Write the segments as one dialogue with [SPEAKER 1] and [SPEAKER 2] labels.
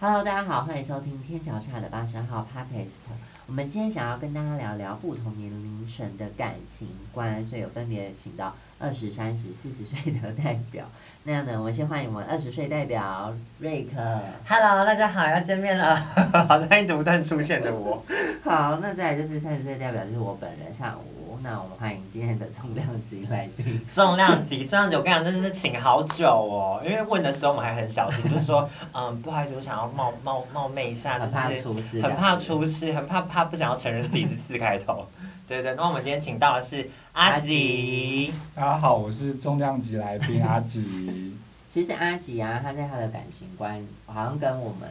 [SPEAKER 1] Hello，大家好，欢迎收听天桥下的八十号 Podcast。我们今天想要跟大家聊聊不同年龄层的感情观，所以有分别请到二十、三十、四十岁的代表。那样呢，我们先欢迎我们二十岁代表瑞克。
[SPEAKER 2] Hello，大家好，要见 面了，好像一直不断出现的我。
[SPEAKER 1] 好，那再来就是三十岁代表就是我本人上午。那我们欢迎今天的重量级来宾。
[SPEAKER 2] 重量级，重量级，我跟你讲，真的是请好久哦，因为问的时候我们还很小心，就 说，嗯，不好意思，我想要冒冒冒昧一下，
[SPEAKER 1] 很
[SPEAKER 2] 就
[SPEAKER 1] 怕
[SPEAKER 2] 是
[SPEAKER 1] 出事，
[SPEAKER 2] 很怕。出事，很怕怕不想要承认自己是四 开头。对对，那我们今天请到的是阿吉，
[SPEAKER 3] 大家好，我是重量级来宾阿 吉。
[SPEAKER 1] 其实阿吉啊，他在他的感情观好像跟我们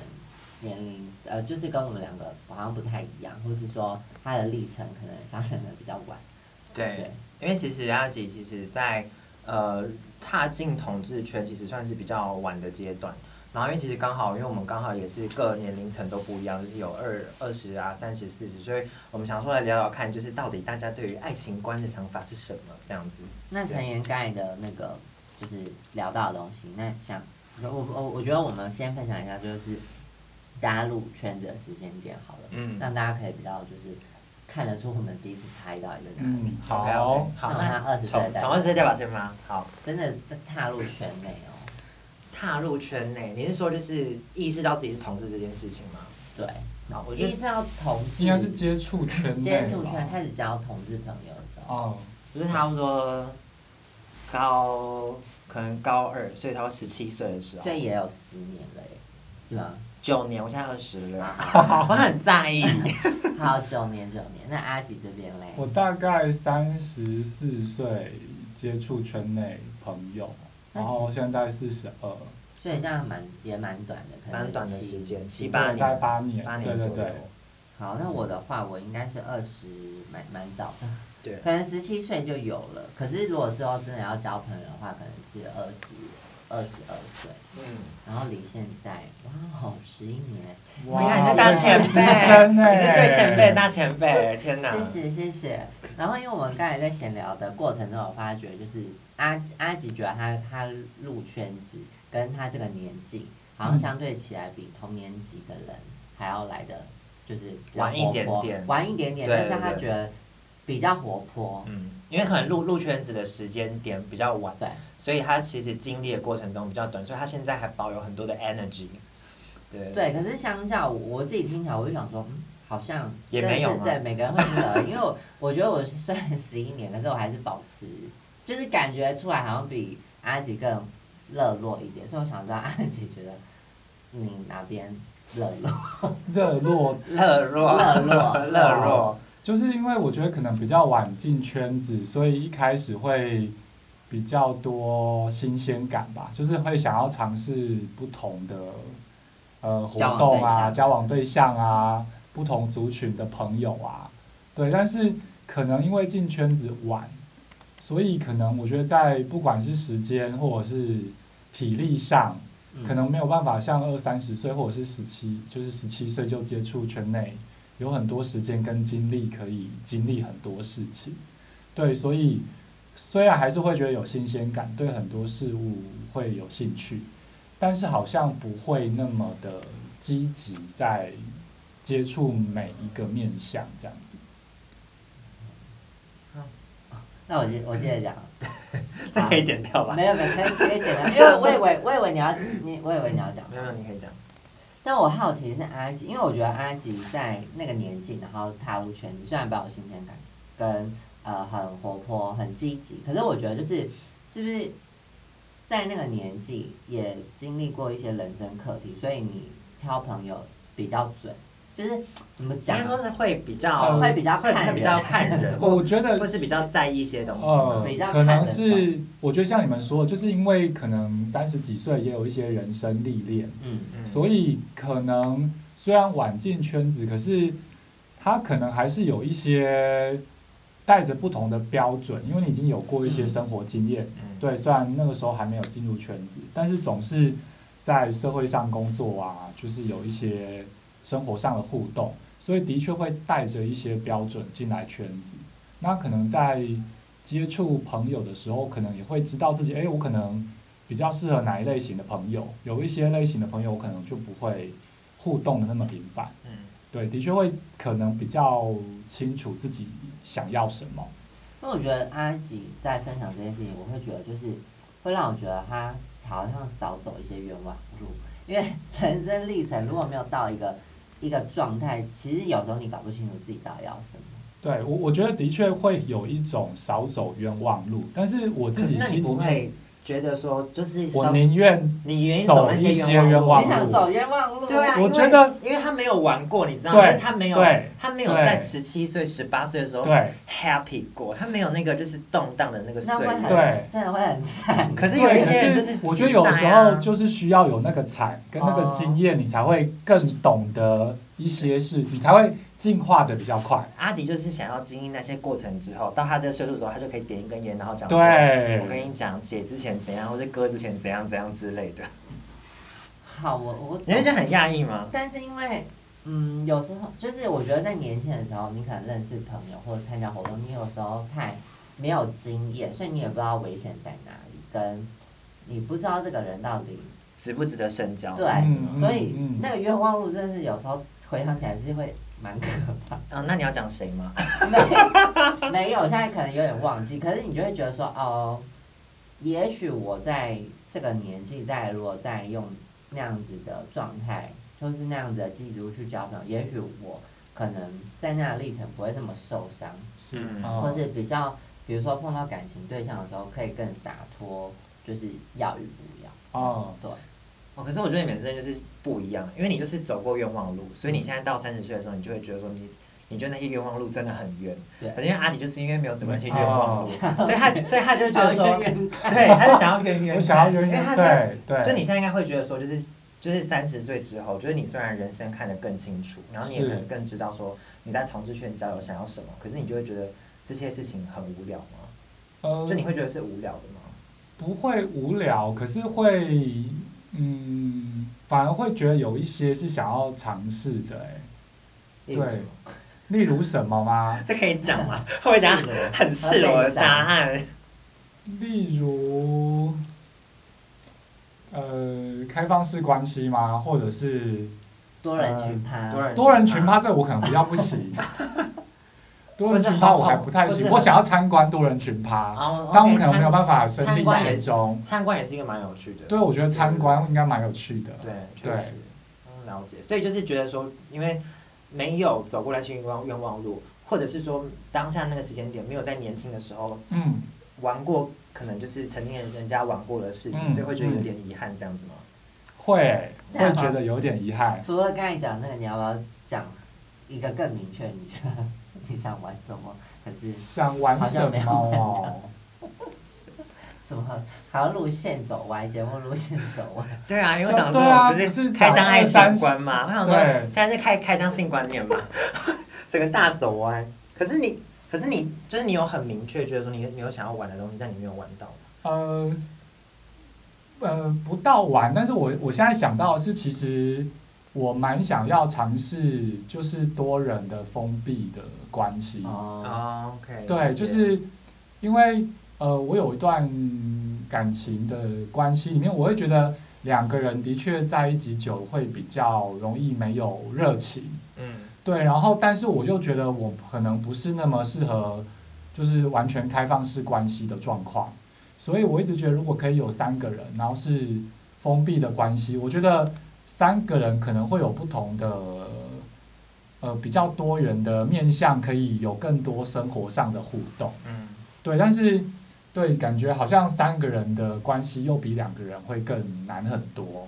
[SPEAKER 1] 年龄，呃，就是跟我们两个好像不太一样，或是说他的历程可能发生的比较晚。
[SPEAKER 2] 对，因为其实阿吉其实在呃踏进统治圈，其实算是比较晚的阶段。然后因为其实刚好，因为我们刚好也是各年龄层都不一样，就是有二二十啊、三十、四十，所以我们想说来聊聊看，就是到底大家对于爱情观的想法是什么这样子。
[SPEAKER 1] 那陈言盖的那个就是聊到的东西，那想我我我觉得我们先分享一下，就是大家入圈子的时间点好了，
[SPEAKER 2] 嗯
[SPEAKER 1] 让大家可以比较就是看得出我们彼此差异到底在哪里。
[SPEAKER 3] 嗯，好
[SPEAKER 2] OK，OK，好，
[SPEAKER 1] 那我
[SPEAKER 2] 那
[SPEAKER 1] 们二十岁
[SPEAKER 2] 从
[SPEAKER 1] 的
[SPEAKER 2] 从二十岁代表先吗？好，
[SPEAKER 1] 真的踏入圈内哦，
[SPEAKER 2] 踏入圈内，你是说就是意识到自己是同志这件事情吗？
[SPEAKER 1] 对，
[SPEAKER 2] 好我觉
[SPEAKER 1] 第
[SPEAKER 2] 得
[SPEAKER 1] 一次要同志，
[SPEAKER 3] 应该是接触圈内吧
[SPEAKER 1] 接触圈开始交同志朋友的时候，
[SPEAKER 3] 哦，
[SPEAKER 2] 就是差不多高，可能高二，所以差不多十七岁的时候
[SPEAKER 1] 所。以也有十年了耶，是 吗？
[SPEAKER 2] 九年，我现在二十了， 我很在意。
[SPEAKER 1] 好，九年九年。那阿吉这边嘞，
[SPEAKER 3] 我大概三十四岁接触圈内朋友，
[SPEAKER 1] 那
[SPEAKER 3] 然后现在四十二，
[SPEAKER 1] 所以这样蛮也蛮短的，可能
[SPEAKER 2] 蛮短的
[SPEAKER 1] 七
[SPEAKER 2] 时间七
[SPEAKER 3] 对
[SPEAKER 2] 八
[SPEAKER 3] 大
[SPEAKER 2] 年
[SPEAKER 3] 概八年，
[SPEAKER 2] 八
[SPEAKER 3] 对
[SPEAKER 2] 年
[SPEAKER 3] 对
[SPEAKER 2] 左右
[SPEAKER 3] 对，，
[SPEAKER 1] 好，那我的话，我应该是二十，蛮蛮 早的，
[SPEAKER 2] 对
[SPEAKER 1] 可能十七岁就有了。可是如果之后真的要交朋友的话，可能是二十二十二岁，
[SPEAKER 2] 嗯，
[SPEAKER 1] 然后离现在哇哦十一年，
[SPEAKER 2] 你
[SPEAKER 1] 哇
[SPEAKER 2] 看你是大前辈，
[SPEAKER 3] 资深欸
[SPEAKER 2] 你是最前辈的大前辈，天哪！
[SPEAKER 1] 谢谢谢谢。然后因为我们刚才在闲聊的过程中，我发觉就是阿阿吉觉得他他入圈子跟他这个年纪，好
[SPEAKER 2] 嗯
[SPEAKER 1] 像相对起来比同年级的人还要来的就是比较
[SPEAKER 2] 晚一点
[SPEAKER 1] 活泼
[SPEAKER 2] 点
[SPEAKER 1] 晚一点点，
[SPEAKER 2] 对
[SPEAKER 1] 但是他
[SPEAKER 2] 对
[SPEAKER 1] 觉得比较活泼，
[SPEAKER 2] 嗯，因为可能入入圈子的时间点比较晚，
[SPEAKER 1] 对，
[SPEAKER 2] 所以他其实经历的过程中比较短，所以他现在还保有很多的 energy。对，
[SPEAKER 1] 对，可是相较我我自己听起来，我就想说，嗯，好像
[SPEAKER 2] 也
[SPEAKER 1] 真的
[SPEAKER 2] 没有
[SPEAKER 1] 是
[SPEAKER 2] 吗
[SPEAKER 1] 对，每个人会不得，因为我我觉得我虽然十一年，可是我还是保持，就是感觉出来好像比阿吉更热络一点，所以我想知道阿吉觉得你哪边热 络？
[SPEAKER 3] 热络
[SPEAKER 2] 热络，
[SPEAKER 1] 热络
[SPEAKER 2] 热络，
[SPEAKER 3] 就是因为我觉得可能比较晚进圈子，所以一开始会比较多新鲜感吧，就是会想要尝试不同的呃活动啊、
[SPEAKER 1] 交
[SPEAKER 3] 交往对象啊、不同族群的朋友啊，对。但是可能因为进圈子晚，所以可能我觉得在不管是时间或者是体力上，
[SPEAKER 1] 嗯
[SPEAKER 3] 可能没有办法像二三十岁或者是十七，就是十七岁就接触圈内，有很多时间跟精力可以经历很多事情。对，所以虽然还是会觉得有新鲜感，对很多事物会有兴趣，但是好像不会那么的积极在接触每一个面向这样子。
[SPEAKER 1] 那我接我接着 讲，
[SPEAKER 2] 这可以剪掉吧？
[SPEAKER 1] 没有没有，可以可以简 单，因为我以为我以为你要你我以为你要讲，
[SPEAKER 2] 没有，你可以讲。
[SPEAKER 1] 但我好奇的是阿吉，因为我觉得阿吉在那个年纪，然后踏入圈子，虽然比较有新鲜感，跟呃很活泼、很积极，可是我觉得就是是不是在那个年纪也经历过一些人生课题，所以你挑朋友比较准，就是怎么
[SPEAKER 2] 应
[SPEAKER 1] 讲
[SPEAKER 2] 该
[SPEAKER 1] 啊？
[SPEAKER 2] 说是会比较
[SPEAKER 3] 呃
[SPEAKER 1] 会比较
[SPEAKER 2] 会
[SPEAKER 1] 看
[SPEAKER 2] 会
[SPEAKER 1] 人，
[SPEAKER 2] 比较看人，
[SPEAKER 3] 我觉得
[SPEAKER 2] 或是比较在意一些东西
[SPEAKER 3] 呃
[SPEAKER 2] 吗。
[SPEAKER 1] 比较，
[SPEAKER 3] 可能
[SPEAKER 1] 看得
[SPEAKER 3] 是我觉得像你们说的，就是因为可能三十几岁也有一些人生历练，
[SPEAKER 1] 嗯
[SPEAKER 2] 嗯
[SPEAKER 3] 所以可能虽然晚进圈子，可是他可能还是有一些带着不同的标准，因为你已经有过一些生活经验。
[SPEAKER 2] 嗯，
[SPEAKER 3] 对，虽然那个时候还没有进入圈子，但是总是在社会上工作啊，就是有一些生活上的互动，所以的确会带着一些标准进来圈子。那可能在接触朋友的时候，可能也会知道自己，哎，我可能比较适合哪一类型的朋友，有一些类型的朋友我可能就不会互动的那么频繁。
[SPEAKER 2] 嗯，
[SPEAKER 3] 对，的确会可能比较清楚自己想要什么。
[SPEAKER 1] 因为我觉得阿吉在分享这件事情，我会觉得就是会让我觉得他好像少走一些冤枉路，因为人生历程如果没有到一个 一个状态，其实有时候你搞不清楚自己到底要什么。
[SPEAKER 3] 对我，我觉得的确会有一种少走冤枉路，但是我
[SPEAKER 2] 可
[SPEAKER 3] 自
[SPEAKER 2] 是
[SPEAKER 3] 己
[SPEAKER 2] 那你
[SPEAKER 3] 心里
[SPEAKER 2] 不
[SPEAKER 3] 面，
[SPEAKER 2] 会觉得说就是
[SPEAKER 3] 我
[SPEAKER 2] 稍
[SPEAKER 3] 宁愿
[SPEAKER 2] 你原意走那些冤
[SPEAKER 3] 走一
[SPEAKER 1] 你
[SPEAKER 3] 些冤枉
[SPEAKER 2] 路
[SPEAKER 1] 想走冤枉路，
[SPEAKER 2] 对啊，
[SPEAKER 3] 我
[SPEAKER 2] 因为
[SPEAKER 3] 觉得，
[SPEAKER 2] 因为他没有玩过，你知道吗？
[SPEAKER 3] 对
[SPEAKER 2] 因为他没有
[SPEAKER 3] 对，
[SPEAKER 2] 他没有在
[SPEAKER 3] 对
[SPEAKER 2] 十七岁、十八岁的时候
[SPEAKER 3] 对
[SPEAKER 2] happy 过，他没有那个就是动荡的那个岁
[SPEAKER 1] 那会
[SPEAKER 2] 月。
[SPEAKER 1] 很
[SPEAKER 3] 对
[SPEAKER 1] 真的会很惨。
[SPEAKER 2] 可是有
[SPEAKER 3] 对，
[SPEAKER 2] 一
[SPEAKER 3] 可
[SPEAKER 2] 些人就是是
[SPEAKER 3] 我觉得
[SPEAKER 2] 期
[SPEAKER 3] 有
[SPEAKER 2] 待
[SPEAKER 3] 时
[SPEAKER 2] 啊哦
[SPEAKER 3] 候就是需要有那个惨跟那个经验，你才会更懂得一些事，你才会进化的比较快。
[SPEAKER 2] 阿迪就是想要经历那些过程之后，到他这个岁数的时候，他就可以点一根烟，然后讲说我跟
[SPEAKER 3] 对，
[SPEAKER 2] 你讲，姐之前怎样，或者哥之前怎样怎样之类
[SPEAKER 3] 哦
[SPEAKER 2] 的。
[SPEAKER 1] 好，我我
[SPEAKER 2] 你会觉得很讶异吗？
[SPEAKER 1] 但是因为，嗯，有时候就是我觉得在年轻的时候，你可能认识朋友或者参加活动，你有时候太没有经验，所以你也不知道危险在哪里，跟你不知道这个人到底
[SPEAKER 2] 值不值得深交？
[SPEAKER 1] 对，
[SPEAKER 3] 嗯嗯
[SPEAKER 1] 所以
[SPEAKER 3] 嗯
[SPEAKER 1] 那个冤枉路真的是有时候回想起来是会蛮可 怕。
[SPEAKER 2] 嗯，那你要讲谁吗？
[SPEAKER 1] 没没有，现在可能有点忘记，可是你就会觉得说，哦，也许我在这个年纪，在如果再用那样子的状态，就是那样子的基础去交朋友，也许我可能在那样的历程不会那么受伤，
[SPEAKER 3] 是
[SPEAKER 2] 嗯
[SPEAKER 3] 哦
[SPEAKER 1] 或是比较，比如说碰到感情对象的时候，可以更洒脱，就是要与不要。
[SPEAKER 3] 哦，
[SPEAKER 1] 对，
[SPEAKER 2] 哦，可是我觉得你们真的就是不一样，因为你就是走过冤枉路，所以你现在到三十岁的时候，你就会觉得说你。你觉得那些冤枉路真的很冤，
[SPEAKER 1] 对
[SPEAKER 2] 可是因为阿迪就是因为没有走过那些冤枉路，所以他所以他就觉
[SPEAKER 1] 超
[SPEAKER 2] 得说，
[SPEAKER 1] 越远
[SPEAKER 2] 对，他就想要冤冤，
[SPEAKER 3] 我想要冤
[SPEAKER 2] 因为
[SPEAKER 3] 冤，
[SPEAKER 2] 他是
[SPEAKER 3] 对对，
[SPEAKER 2] 就你现在应该会觉得说，就是就是三十岁之后，就是你虽然人生看得更清楚，然后你也
[SPEAKER 3] 是
[SPEAKER 2] 可能更知道说你在同志圈交友想要什么，可是你就会觉得这些事情很无聊吗？
[SPEAKER 3] 呃
[SPEAKER 2] 就你会觉得是无聊的吗？
[SPEAKER 3] 不会无聊，可是会嗯，反而会觉得有一些是想要尝试的，哎，
[SPEAKER 2] 例如什么？
[SPEAKER 3] 例如什么吗？
[SPEAKER 2] 这可以讲吗？ 会不会等下很赤裸的答案？
[SPEAKER 3] 例如，呃，开放式关系吗？或者是
[SPEAKER 1] 多人啊群趴，
[SPEAKER 2] 呃多人
[SPEAKER 3] 多人群趴？这我可能比较不行。 多人群趴我还不太
[SPEAKER 2] 不是
[SPEAKER 3] 行，
[SPEAKER 2] 很
[SPEAKER 3] 我想要参观多人群趴，
[SPEAKER 2] 哦，
[SPEAKER 3] 但我
[SPEAKER 2] OK，
[SPEAKER 3] 可能没有办法身
[SPEAKER 2] 参
[SPEAKER 3] 临
[SPEAKER 2] 观也
[SPEAKER 3] 其中。
[SPEAKER 2] 参观也是一个蛮有趣的。
[SPEAKER 3] 对，我觉得参观应该蛮有趣的。
[SPEAKER 2] 对，确
[SPEAKER 3] 对
[SPEAKER 2] 实，嗯，了解。所以就是觉得说，因为没有走过来去冤枉冤枉路，或者是说当下那个时间点没有在年轻的时候
[SPEAKER 3] 嗯，
[SPEAKER 2] 玩过，可能就是曾经人家玩过的事情，
[SPEAKER 3] 嗯
[SPEAKER 2] 所以会觉得有点遗憾这样子吗？
[SPEAKER 3] 会
[SPEAKER 1] 那
[SPEAKER 2] 啊
[SPEAKER 3] 会觉得有点遗憾。
[SPEAKER 1] 除了刚才讲那个，你要不要讲一个更明确？你觉得 你想玩什么？可是
[SPEAKER 3] 想玩
[SPEAKER 1] 好
[SPEAKER 3] 什
[SPEAKER 1] 像没有
[SPEAKER 3] 么哦？
[SPEAKER 1] 什么？还要路线走歪，节目路线走歪。
[SPEAKER 2] 对啊，因为
[SPEAKER 3] 像
[SPEAKER 2] 我想说，
[SPEAKER 3] 对啊
[SPEAKER 2] 我不
[SPEAKER 3] 不是
[SPEAKER 2] 开箱爱
[SPEAKER 3] 讲二三
[SPEAKER 2] 性观嘛，我想说
[SPEAKER 3] 对
[SPEAKER 2] 现在是开开箱性观念嘛， 整个大走歪。可是你，可是你，就是你有很明确觉得说你你有想要玩的东西，但你没有玩到。
[SPEAKER 3] 呃，呃，不到玩，但是我我现在想到的是，其实我蛮想要尝试，就是多人的封闭的关系。
[SPEAKER 1] 哦，
[SPEAKER 2] 哦，OK，
[SPEAKER 3] 对，就是因为呃，我有一段感情的关系里面，我会觉得两个人的确在一起久会比较容易没有热情。
[SPEAKER 2] 嗯
[SPEAKER 3] 对，然后但是我又觉得我可能不是那么适合，就是完全开放式关系的状况，所以我一直觉得如果可以有三个人，然后是封闭的关系，我觉得三个人可能会有不同的，呃，比较多元的面向，可以有更多生活上的互动。
[SPEAKER 2] 嗯。
[SPEAKER 3] 对，但是对，感觉好像三个人的关系又比两个人会更难很多。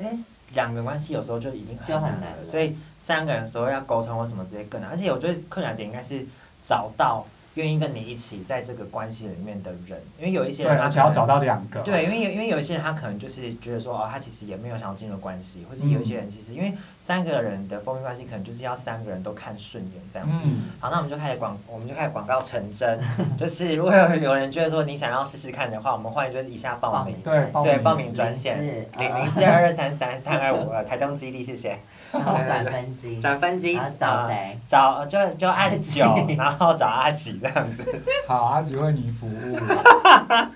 [SPEAKER 2] 因为两个人关系有时候就已经
[SPEAKER 1] 就很
[SPEAKER 2] 难
[SPEAKER 1] 难了
[SPEAKER 2] 所以三个人的时候要沟通或什么之类更难。而且我觉得困难点应该是找到愿意跟你一起在这个关系里面的人，因为有一些
[SPEAKER 3] 对，
[SPEAKER 2] 人他
[SPEAKER 3] 而
[SPEAKER 2] 可
[SPEAKER 3] 且要
[SPEAKER 2] 能
[SPEAKER 3] 找到两个。
[SPEAKER 2] 对，因为有因为有一些人他可能就是觉得说哦，他其实也没有想要进入关系，或是有一些人其实、因为三个人的封闭关系可能就是要三个人都看顺眼这样子。
[SPEAKER 3] 嗯，
[SPEAKER 2] 好，那我们就开始广，我们就开始广告成真。就是如果有有人觉得说你想要试试看的话，我们欢迎就是以下报名。
[SPEAKER 3] 对，
[SPEAKER 1] 报
[SPEAKER 2] 对，报名专线
[SPEAKER 1] 是哦
[SPEAKER 2] 零零四二二三三三二五二，台中基地，谢谢。
[SPEAKER 1] 然后转分机，
[SPEAKER 2] 转分机
[SPEAKER 1] 然后啊找？谁？
[SPEAKER 2] 呃找呃就就按九，然后找阿吉这样子。
[SPEAKER 3] 好，阿吉为你服务。
[SPEAKER 1] 可是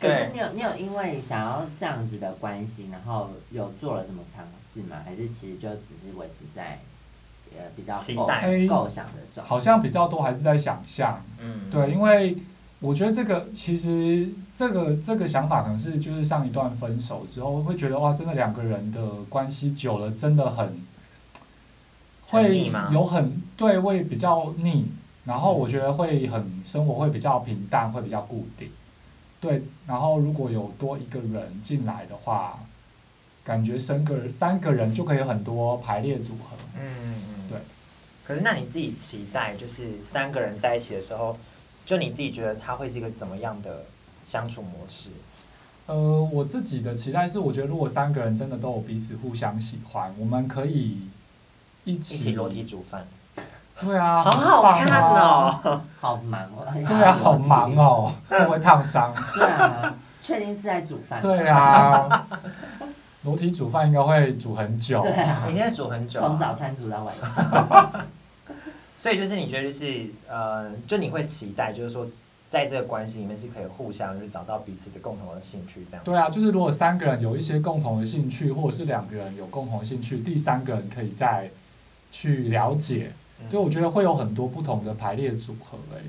[SPEAKER 2] 对
[SPEAKER 1] 你有你有因为想要这样子的关系，然后有做了什么尝试吗？还是其实就只是维持在呃比较
[SPEAKER 2] 期
[SPEAKER 1] 构
[SPEAKER 2] 待
[SPEAKER 1] 想构想的状态？
[SPEAKER 3] 好像比较多还是在想象。
[SPEAKER 2] 嗯，
[SPEAKER 3] 对，因为我觉得这个其实这个这个想法可能是就是上一段分手之后会觉得哇，真的两个人的关系久了真的很
[SPEAKER 2] 很
[SPEAKER 3] 会
[SPEAKER 2] 腻吗嗯
[SPEAKER 3] 有很对会比较腻，然后我觉得会很生活会比较平淡，会比较固定。对，然后如果有多一个人进来的话，感觉三个三个人就可以有很多排列组合。
[SPEAKER 2] 嗯嗯嗯，
[SPEAKER 3] 对。
[SPEAKER 2] 可是那你自己期待，就是三个人在一起的时候，就你自己觉得他会是一个怎么样的相处模式？
[SPEAKER 3] 呃，我自己的期待是，我觉得如果三个人真的都有彼此互相喜欢，我们可以一
[SPEAKER 2] 一
[SPEAKER 3] 起
[SPEAKER 2] 起裸体煮饭，
[SPEAKER 3] 对啊，
[SPEAKER 2] 好好
[SPEAKER 3] 很棒啊
[SPEAKER 2] 看！哦。
[SPEAKER 1] 好忙哦，而且
[SPEAKER 3] 对啊，好忙
[SPEAKER 1] 哦。
[SPEAKER 3] 哦，会不会烫伤？
[SPEAKER 1] 对啊，确定是在煮饭。
[SPEAKER 3] 对啊，裸体煮饭应该会煮很久。
[SPEAKER 1] 对啊，
[SPEAKER 2] 你现在煮很久、
[SPEAKER 1] 从早
[SPEAKER 2] 啊，
[SPEAKER 1] 餐煮 到晚上。
[SPEAKER 2] 所以就是你觉得就是呃，就你会期待，就是说在这个关系里面是可以互相就是找到彼此的共同的兴趣这样。
[SPEAKER 3] 对啊，就是如果三个人有一些共同的兴趣，或者是两个人有共同的兴趣，第三个人可以再去了解。
[SPEAKER 2] 嗯
[SPEAKER 3] 对，我觉得会有很多不同的排列组合、欸。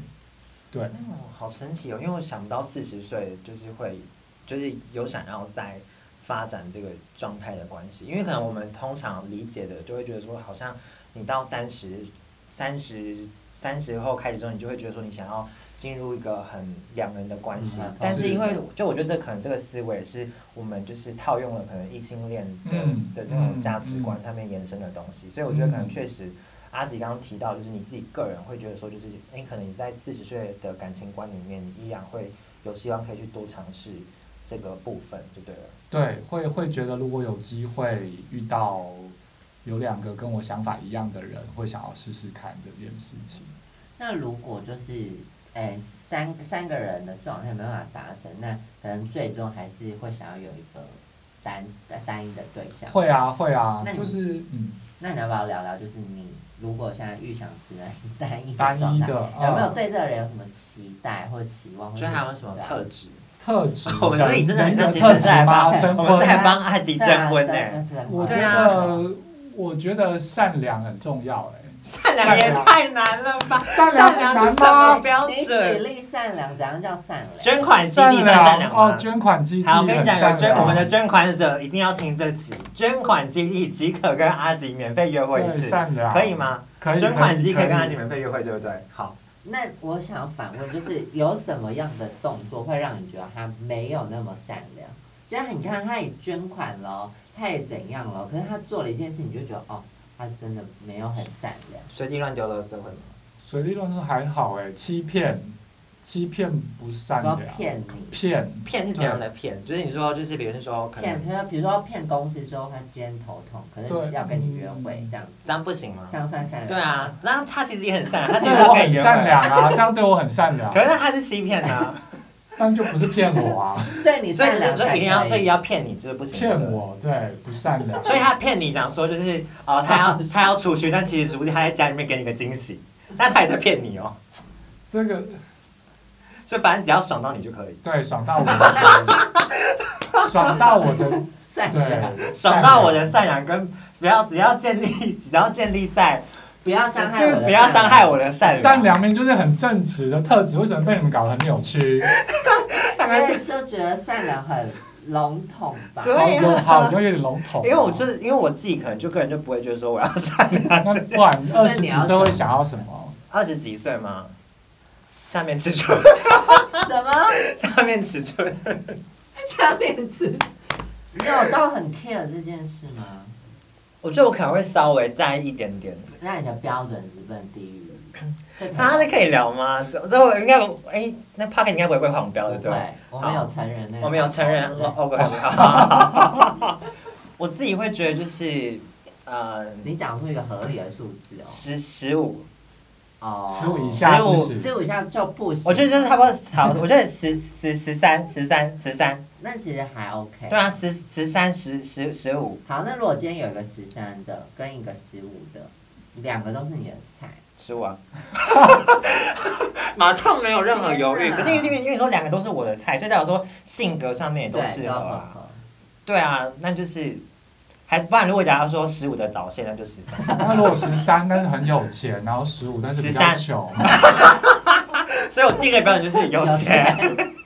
[SPEAKER 3] 对，
[SPEAKER 2] 嗯，好神奇哦，因为我想不到四十岁就是会，就是有想要在发展这个状态的关系，因为可能我们通常理解的就会觉得说，好像你到三十、三十、三十后开始之后，你就会觉得说你想要进入一个很两人的关系，
[SPEAKER 1] 嗯
[SPEAKER 2] 但是
[SPEAKER 3] 是
[SPEAKER 2] 因为就我觉得这可能这个思维是我们就是套用了可能异性恋的、
[SPEAKER 3] 嗯
[SPEAKER 2] 的那种
[SPEAKER 3] 嗯
[SPEAKER 2] 价值观
[SPEAKER 3] 嗯
[SPEAKER 2] 上面延伸的东西，所以我觉得可能
[SPEAKER 3] 嗯
[SPEAKER 2] 确实。阿吉刚刚提到，就是你自己个人会觉得说，就是你可能你在四十岁的感情观里面，你依然会有希望可以去多尝试这个部分，就对了。
[SPEAKER 3] 对，会会觉得如果有机会遇到有两个跟我想法一样的人，会想要试试看这件事情。
[SPEAKER 1] 那如果就是哎三三个人的状态没办法达成，那可能最终还是会想要有一个单单一的对象。
[SPEAKER 3] 会啊，会啊
[SPEAKER 1] 那，你
[SPEAKER 3] 就是嗯，
[SPEAKER 1] 那你要不要聊聊，就是你如果现在预想只能单一
[SPEAKER 3] 单
[SPEAKER 1] 状
[SPEAKER 3] 一
[SPEAKER 1] 态
[SPEAKER 3] 的
[SPEAKER 1] 有没有
[SPEAKER 3] 嗯
[SPEAKER 1] 对这个人有什么期待或期望？或
[SPEAKER 2] 就是
[SPEAKER 1] 是
[SPEAKER 2] 还有什么特质？
[SPEAKER 3] 特质
[SPEAKER 2] 我们自己
[SPEAKER 3] 人
[SPEAKER 2] 真的很
[SPEAKER 3] 人
[SPEAKER 2] 像
[SPEAKER 3] 的
[SPEAKER 2] 结
[SPEAKER 3] 特
[SPEAKER 2] 婚
[SPEAKER 3] 质
[SPEAKER 2] 在
[SPEAKER 3] 吗？啊
[SPEAKER 2] 帮，
[SPEAKER 3] 征
[SPEAKER 2] 我们是
[SPEAKER 3] 婚，
[SPEAKER 2] 还帮阿吉征婚呢、
[SPEAKER 3] 我觉
[SPEAKER 2] 对啊
[SPEAKER 3] 得我觉得善良很重要哎、
[SPEAKER 2] 善良也太难了吧？
[SPEAKER 3] 善良
[SPEAKER 2] 善良是什么
[SPEAKER 3] 难吗
[SPEAKER 2] 标
[SPEAKER 1] 你举
[SPEAKER 2] 准？
[SPEAKER 1] 例善良，怎样叫善良？
[SPEAKER 2] 捐款基
[SPEAKER 3] 善
[SPEAKER 2] 地算善良
[SPEAKER 3] 哦
[SPEAKER 2] 吗，？
[SPEAKER 3] 捐款基地
[SPEAKER 2] 好，我跟你
[SPEAKER 3] 很
[SPEAKER 2] 讲，有
[SPEAKER 3] 善
[SPEAKER 2] 捐
[SPEAKER 3] 良。
[SPEAKER 2] 我们的捐款者一定要听这集，捐款基地即可跟阿吉免费约会一
[SPEAKER 3] 对
[SPEAKER 2] 次，
[SPEAKER 3] 善良
[SPEAKER 2] 可以？吗？
[SPEAKER 3] 啊可以，
[SPEAKER 2] 捐款基地可以跟阿
[SPEAKER 3] 以
[SPEAKER 2] 吉免费约会，对不对？好。
[SPEAKER 1] 那我想反问，就是有什么样的动作会让你觉得他没有那么善良？就是你看，他也捐款了，他也怎样了，可是他做了一件事，你就觉得哦，他真的没有很善良。
[SPEAKER 2] 随地乱丢垃圾会吗？
[SPEAKER 3] 随地乱说还好哎、欺骗欺骗不善
[SPEAKER 1] 主要
[SPEAKER 3] 良，
[SPEAKER 1] 骗你，
[SPEAKER 3] 骗
[SPEAKER 2] 骗是怎样的骗？
[SPEAKER 3] 啊
[SPEAKER 2] 就是你说，就是别人说可
[SPEAKER 1] 骗，
[SPEAKER 2] 能
[SPEAKER 1] 他比如说骗公司说他今天头痛，可是
[SPEAKER 3] 对
[SPEAKER 1] 要跟你约会这样子，
[SPEAKER 2] 这样不行吗
[SPEAKER 1] 这？样算善良？
[SPEAKER 2] 对，啊，这样他其实也很善良，他其实
[SPEAKER 3] 对
[SPEAKER 2] 要
[SPEAKER 3] 我
[SPEAKER 2] 跟
[SPEAKER 3] 很
[SPEAKER 2] 你约
[SPEAKER 3] 善
[SPEAKER 2] 会，
[SPEAKER 3] 良啊，这样对我很善良，
[SPEAKER 2] 可是他是欺骗啊，
[SPEAKER 3] 但就不是骗我啊，
[SPEAKER 1] 对 你
[SPEAKER 2] 所以
[SPEAKER 1] 善
[SPEAKER 2] 你
[SPEAKER 1] 良
[SPEAKER 2] 说
[SPEAKER 1] 才
[SPEAKER 2] 一定要，所
[SPEAKER 1] 可
[SPEAKER 2] 以要骗你就是不行的。
[SPEAKER 3] 骗我，对，不善良。
[SPEAKER 2] 所以他骗你讲说就是哦，他 要他要出去，但其实殊不知他在家里面给你个惊喜，但他也在骗你哦。
[SPEAKER 3] 这个
[SPEAKER 2] 所以反正只要爽到你就可以，
[SPEAKER 3] 对，爽到我的，爽到 我的，
[SPEAKER 1] 善良，
[SPEAKER 3] 对，
[SPEAKER 2] 爽到我的善良跟不要只要建立只要建立在
[SPEAKER 1] 不要伤害
[SPEAKER 3] 这
[SPEAKER 1] 我
[SPEAKER 3] 个
[SPEAKER 1] 的，
[SPEAKER 2] 不要伤害我的善良，
[SPEAKER 3] 善良面就是很正直的特质，为什么被你们搞得很扭曲？
[SPEAKER 2] 大概
[SPEAKER 1] 所
[SPEAKER 2] 是
[SPEAKER 1] 以就觉得善良很笼统吧。
[SPEAKER 2] 对
[SPEAKER 3] 好
[SPEAKER 2] 呀
[SPEAKER 3] 有好有点笼统哦。
[SPEAKER 2] 因为我就是因为我自己可能就个人就不会觉得说我要善良
[SPEAKER 3] 那不然二十几岁会想要什么？
[SPEAKER 2] 二十几岁嘛，下面吃春，
[SPEAKER 1] 什么？
[SPEAKER 2] 下面吃春，
[SPEAKER 1] 下面吃。你有到很 care 这件事吗？
[SPEAKER 2] 我觉得我可能会稍微在意一点点。
[SPEAKER 1] 那你的标准直奔地狱。这可以
[SPEAKER 2] 啊，那可以聊吗？这这我应该不哎、那 p o c k e t 应该不会会黄标的，
[SPEAKER 1] 不
[SPEAKER 2] 对吧？
[SPEAKER 1] 会，我们有成人那个，
[SPEAKER 2] 我们有承认
[SPEAKER 1] 对
[SPEAKER 2] 哦，OK，好好好好我自己会 觉得就是，呃，
[SPEAKER 1] 你讲出一个合理的数字
[SPEAKER 2] 十十五，
[SPEAKER 1] 哦。哦，
[SPEAKER 3] 十五以下不行，
[SPEAKER 1] 十五以下就不行。
[SPEAKER 2] 我觉得就是差不多好，我觉得十十十三十三十三，
[SPEAKER 1] 那其实还 OK。
[SPEAKER 2] 对啊，。十十三十十十五，
[SPEAKER 1] 好，那如果今天有一个十三的跟一个十五的，两个都是你的菜，
[SPEAKER 2] 是 我啊，马上没有任何犹豫。
[SPEAKER 1] 天哪
[SPEAKER 2] 可是因为因为因为说两个都是我的菜，所以代表说性格上面也都适
[SPEAKER 1] 对，
[SPEAKER 2] 合
[SPEAKER 1] 都很
[SPEAKER 2] 啊。
[SPEAKER 1] 合。
[SPEAKER 2] 对啊，那就是还是不然，如果假如说十五的早泄，那就十三。
[SPEAKER 3] 那如果十三，但是很有钱，然后十五，但是比较
[SPEAKER 2] 13
[SPEAKER 3] 穷，
[SPEAKER 2] 所以我第一个标准就是有钱，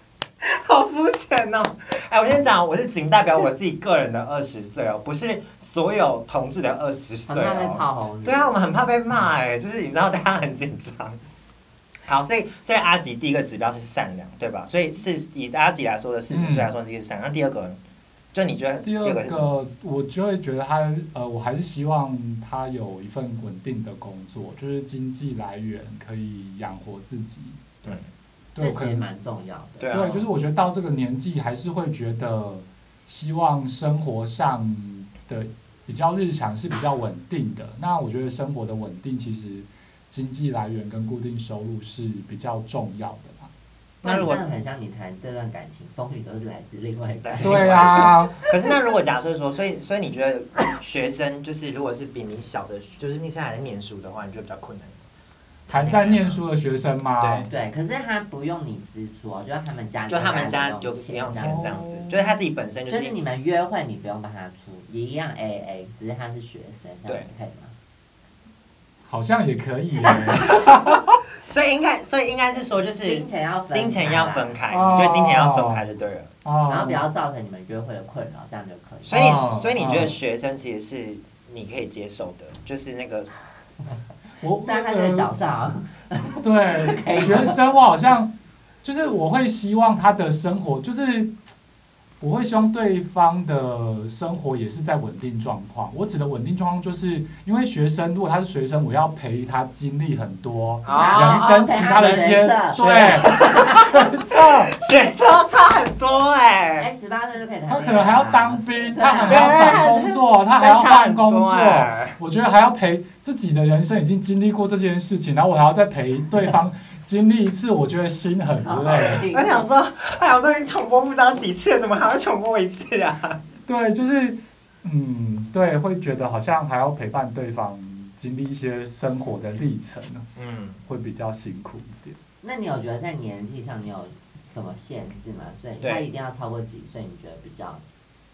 [SPEAKER 2] 好肤浅哦。哎，我先讲，我是仅代表我自己个人的二十岁哦，不是所有同志的二十
[SPEAKER 1] 很
[SPEAKER 2] 岁
[SPEAKER 1] 怕被
[SPEAKER 2] 哦。
[SPEAKER 1] 炮轰。
[SPEAKER 2] 对啊，我们很怕被骂哎、就是你知道大家很紧张。好，所以所以阿吉第一个指标是善良，对吧？所以是以阿吉来说的四十岁来说是一个善良。那第二个呢，就你觉得
[SPEAKER 3] 嗯第
[SPEAKER 2] 二
[SPEAKER 3] 二
[SPEAKER 2] 个是什么？
[SPEAKER 3] 个，我就会觉得他，呃，我还是希望他有一份稳定的工作，就是经济来源可以养活自己。对，对
[SPEAKER 1] 这
[SPEAKER 3] 我可
[SPEAKER 1] 其实
[SPEAKER 3] 能
[SPEAKER 1] 蛮重要的。
[SPEAKER 2] 对啊
[SPEAKER 3] 对，就是我觉得到这个年纪，还是会觉得希望生活上的比较日常是比较稳定的。那我觉得生活的稳定，其实经济来源跟固定收入是比较重要的 啦。
[SPEAKER 1] 那
[SPEAKER 2] 那如
[SPEAKER 1] 真
[SPEAKER 2] 果
[SPEAKER 1] 的很像你谈这段感情，风雨都是来自另外一半。
[SPEAKER 3] 对啊，
[SPEAKER 2] 可是那如果假设说，所以所以你觉得学生就是如果是比你小的，就是你现在还在念书的话，你觉得比较困难吗？
[SPEAKER 3] 还在念书的学生吗？
[SPEAKER 2] 对
[SPEAKER 1] 对，可是他不用你支出哦，就是他们家
[SPEAKER 2] 就他们家
[SPEAKER 1] 有
[SPEAKER 2] 就不用钱这样子
[SPEAKER 3] 哦，
[SPEAKER 2] 就是他自己本身嗯就
[SPEAKER 1] 就是是你们约会，你不用帮他出，也一样 A A，只是他是学生，这样子可以吗？
[SPEAKER 3] 好像也可 以耶、
[SPEAKER 2] 所以应该所以应该是说就是
[SPEAKER 1] 金钱要分，
[SPEAKER 2] 金钱要分，开，
[SPEAKER 3] 哦
[SPEAKER 2] 你觉得金钱要分开就对了。
[SPEAKER 3] 哦，
[SPEAKER 1] 然后不要造成你们约会的困扰，这样就可以。
[SPEAKER 2] 所以你
[SPEAKER 3] 哦
[SPEAKER 2] 所以你觉
[SPEAKER 3] 哦
[SPEAKER 2] 得学生其实是你可以接受的，就是那个
[SPEAKER 3] 我
[SPEAKER 1] 但他这个角色好像
[SPEAKER 2] 嗯
[SPEAKER 3] 对，学生我好像就是我会希望他的生活，就是我会希望对方的生活也是在稳定状况。我指的稳定状况，就是因为学生如果他是学生，我要陪他经历很多
[SPEAKER 1] 哦
[SPEAKER 3] 人生其他的
[SPEAKER 1] 陪
[SPEAKER 3] 阶
[SPEAKER 1] 他学
[SPEAKER 3] 对，没错
[SPEAKER 2] 学招差很多哎，
[SPEAKER 1] 哎，十八岁就可以谈恋爱
[SPEAKER 3] 他
[SPEAKER 1] 啊，
[SPEAKER 3] 可能还要当兵，
[SPEAKER 1] 对
[SPEAKER 3] 他可能还要换工作，他还要换工
[SPEAKER 2] 那
[SPEAKER 3] 作
[SPEAKER 2] 差很多
[SPEAKER 1] 啊
[SPEAKER 2] 哎。
[SPEAKER 3] 我觉得还要陪自己的人生已经经历过这件事情，然后我还要再陪对 方经历一次，我觉得心很
[SPEAKER 1] 好
[SPEAKER 3] 累。
[SPEAKER 2] 我想说，哎呀，我都已经重播不知道几次了，怎么还要重播一次啊？
[SPEAKER 3] 对，就是嗯，对，会觉得好像还要陪伴对方经历一些生活的历程，
[SPEAKER 2] 嗯，
[SPEAKER 3] 会比较辛苦一点。
[SPEAKER 1] 那你有觉得在年纪上你有什么限制吗？所以
[SPEAKER 2] 对
[SPEAKER 1] 他一定要超过几岁？你觉得比较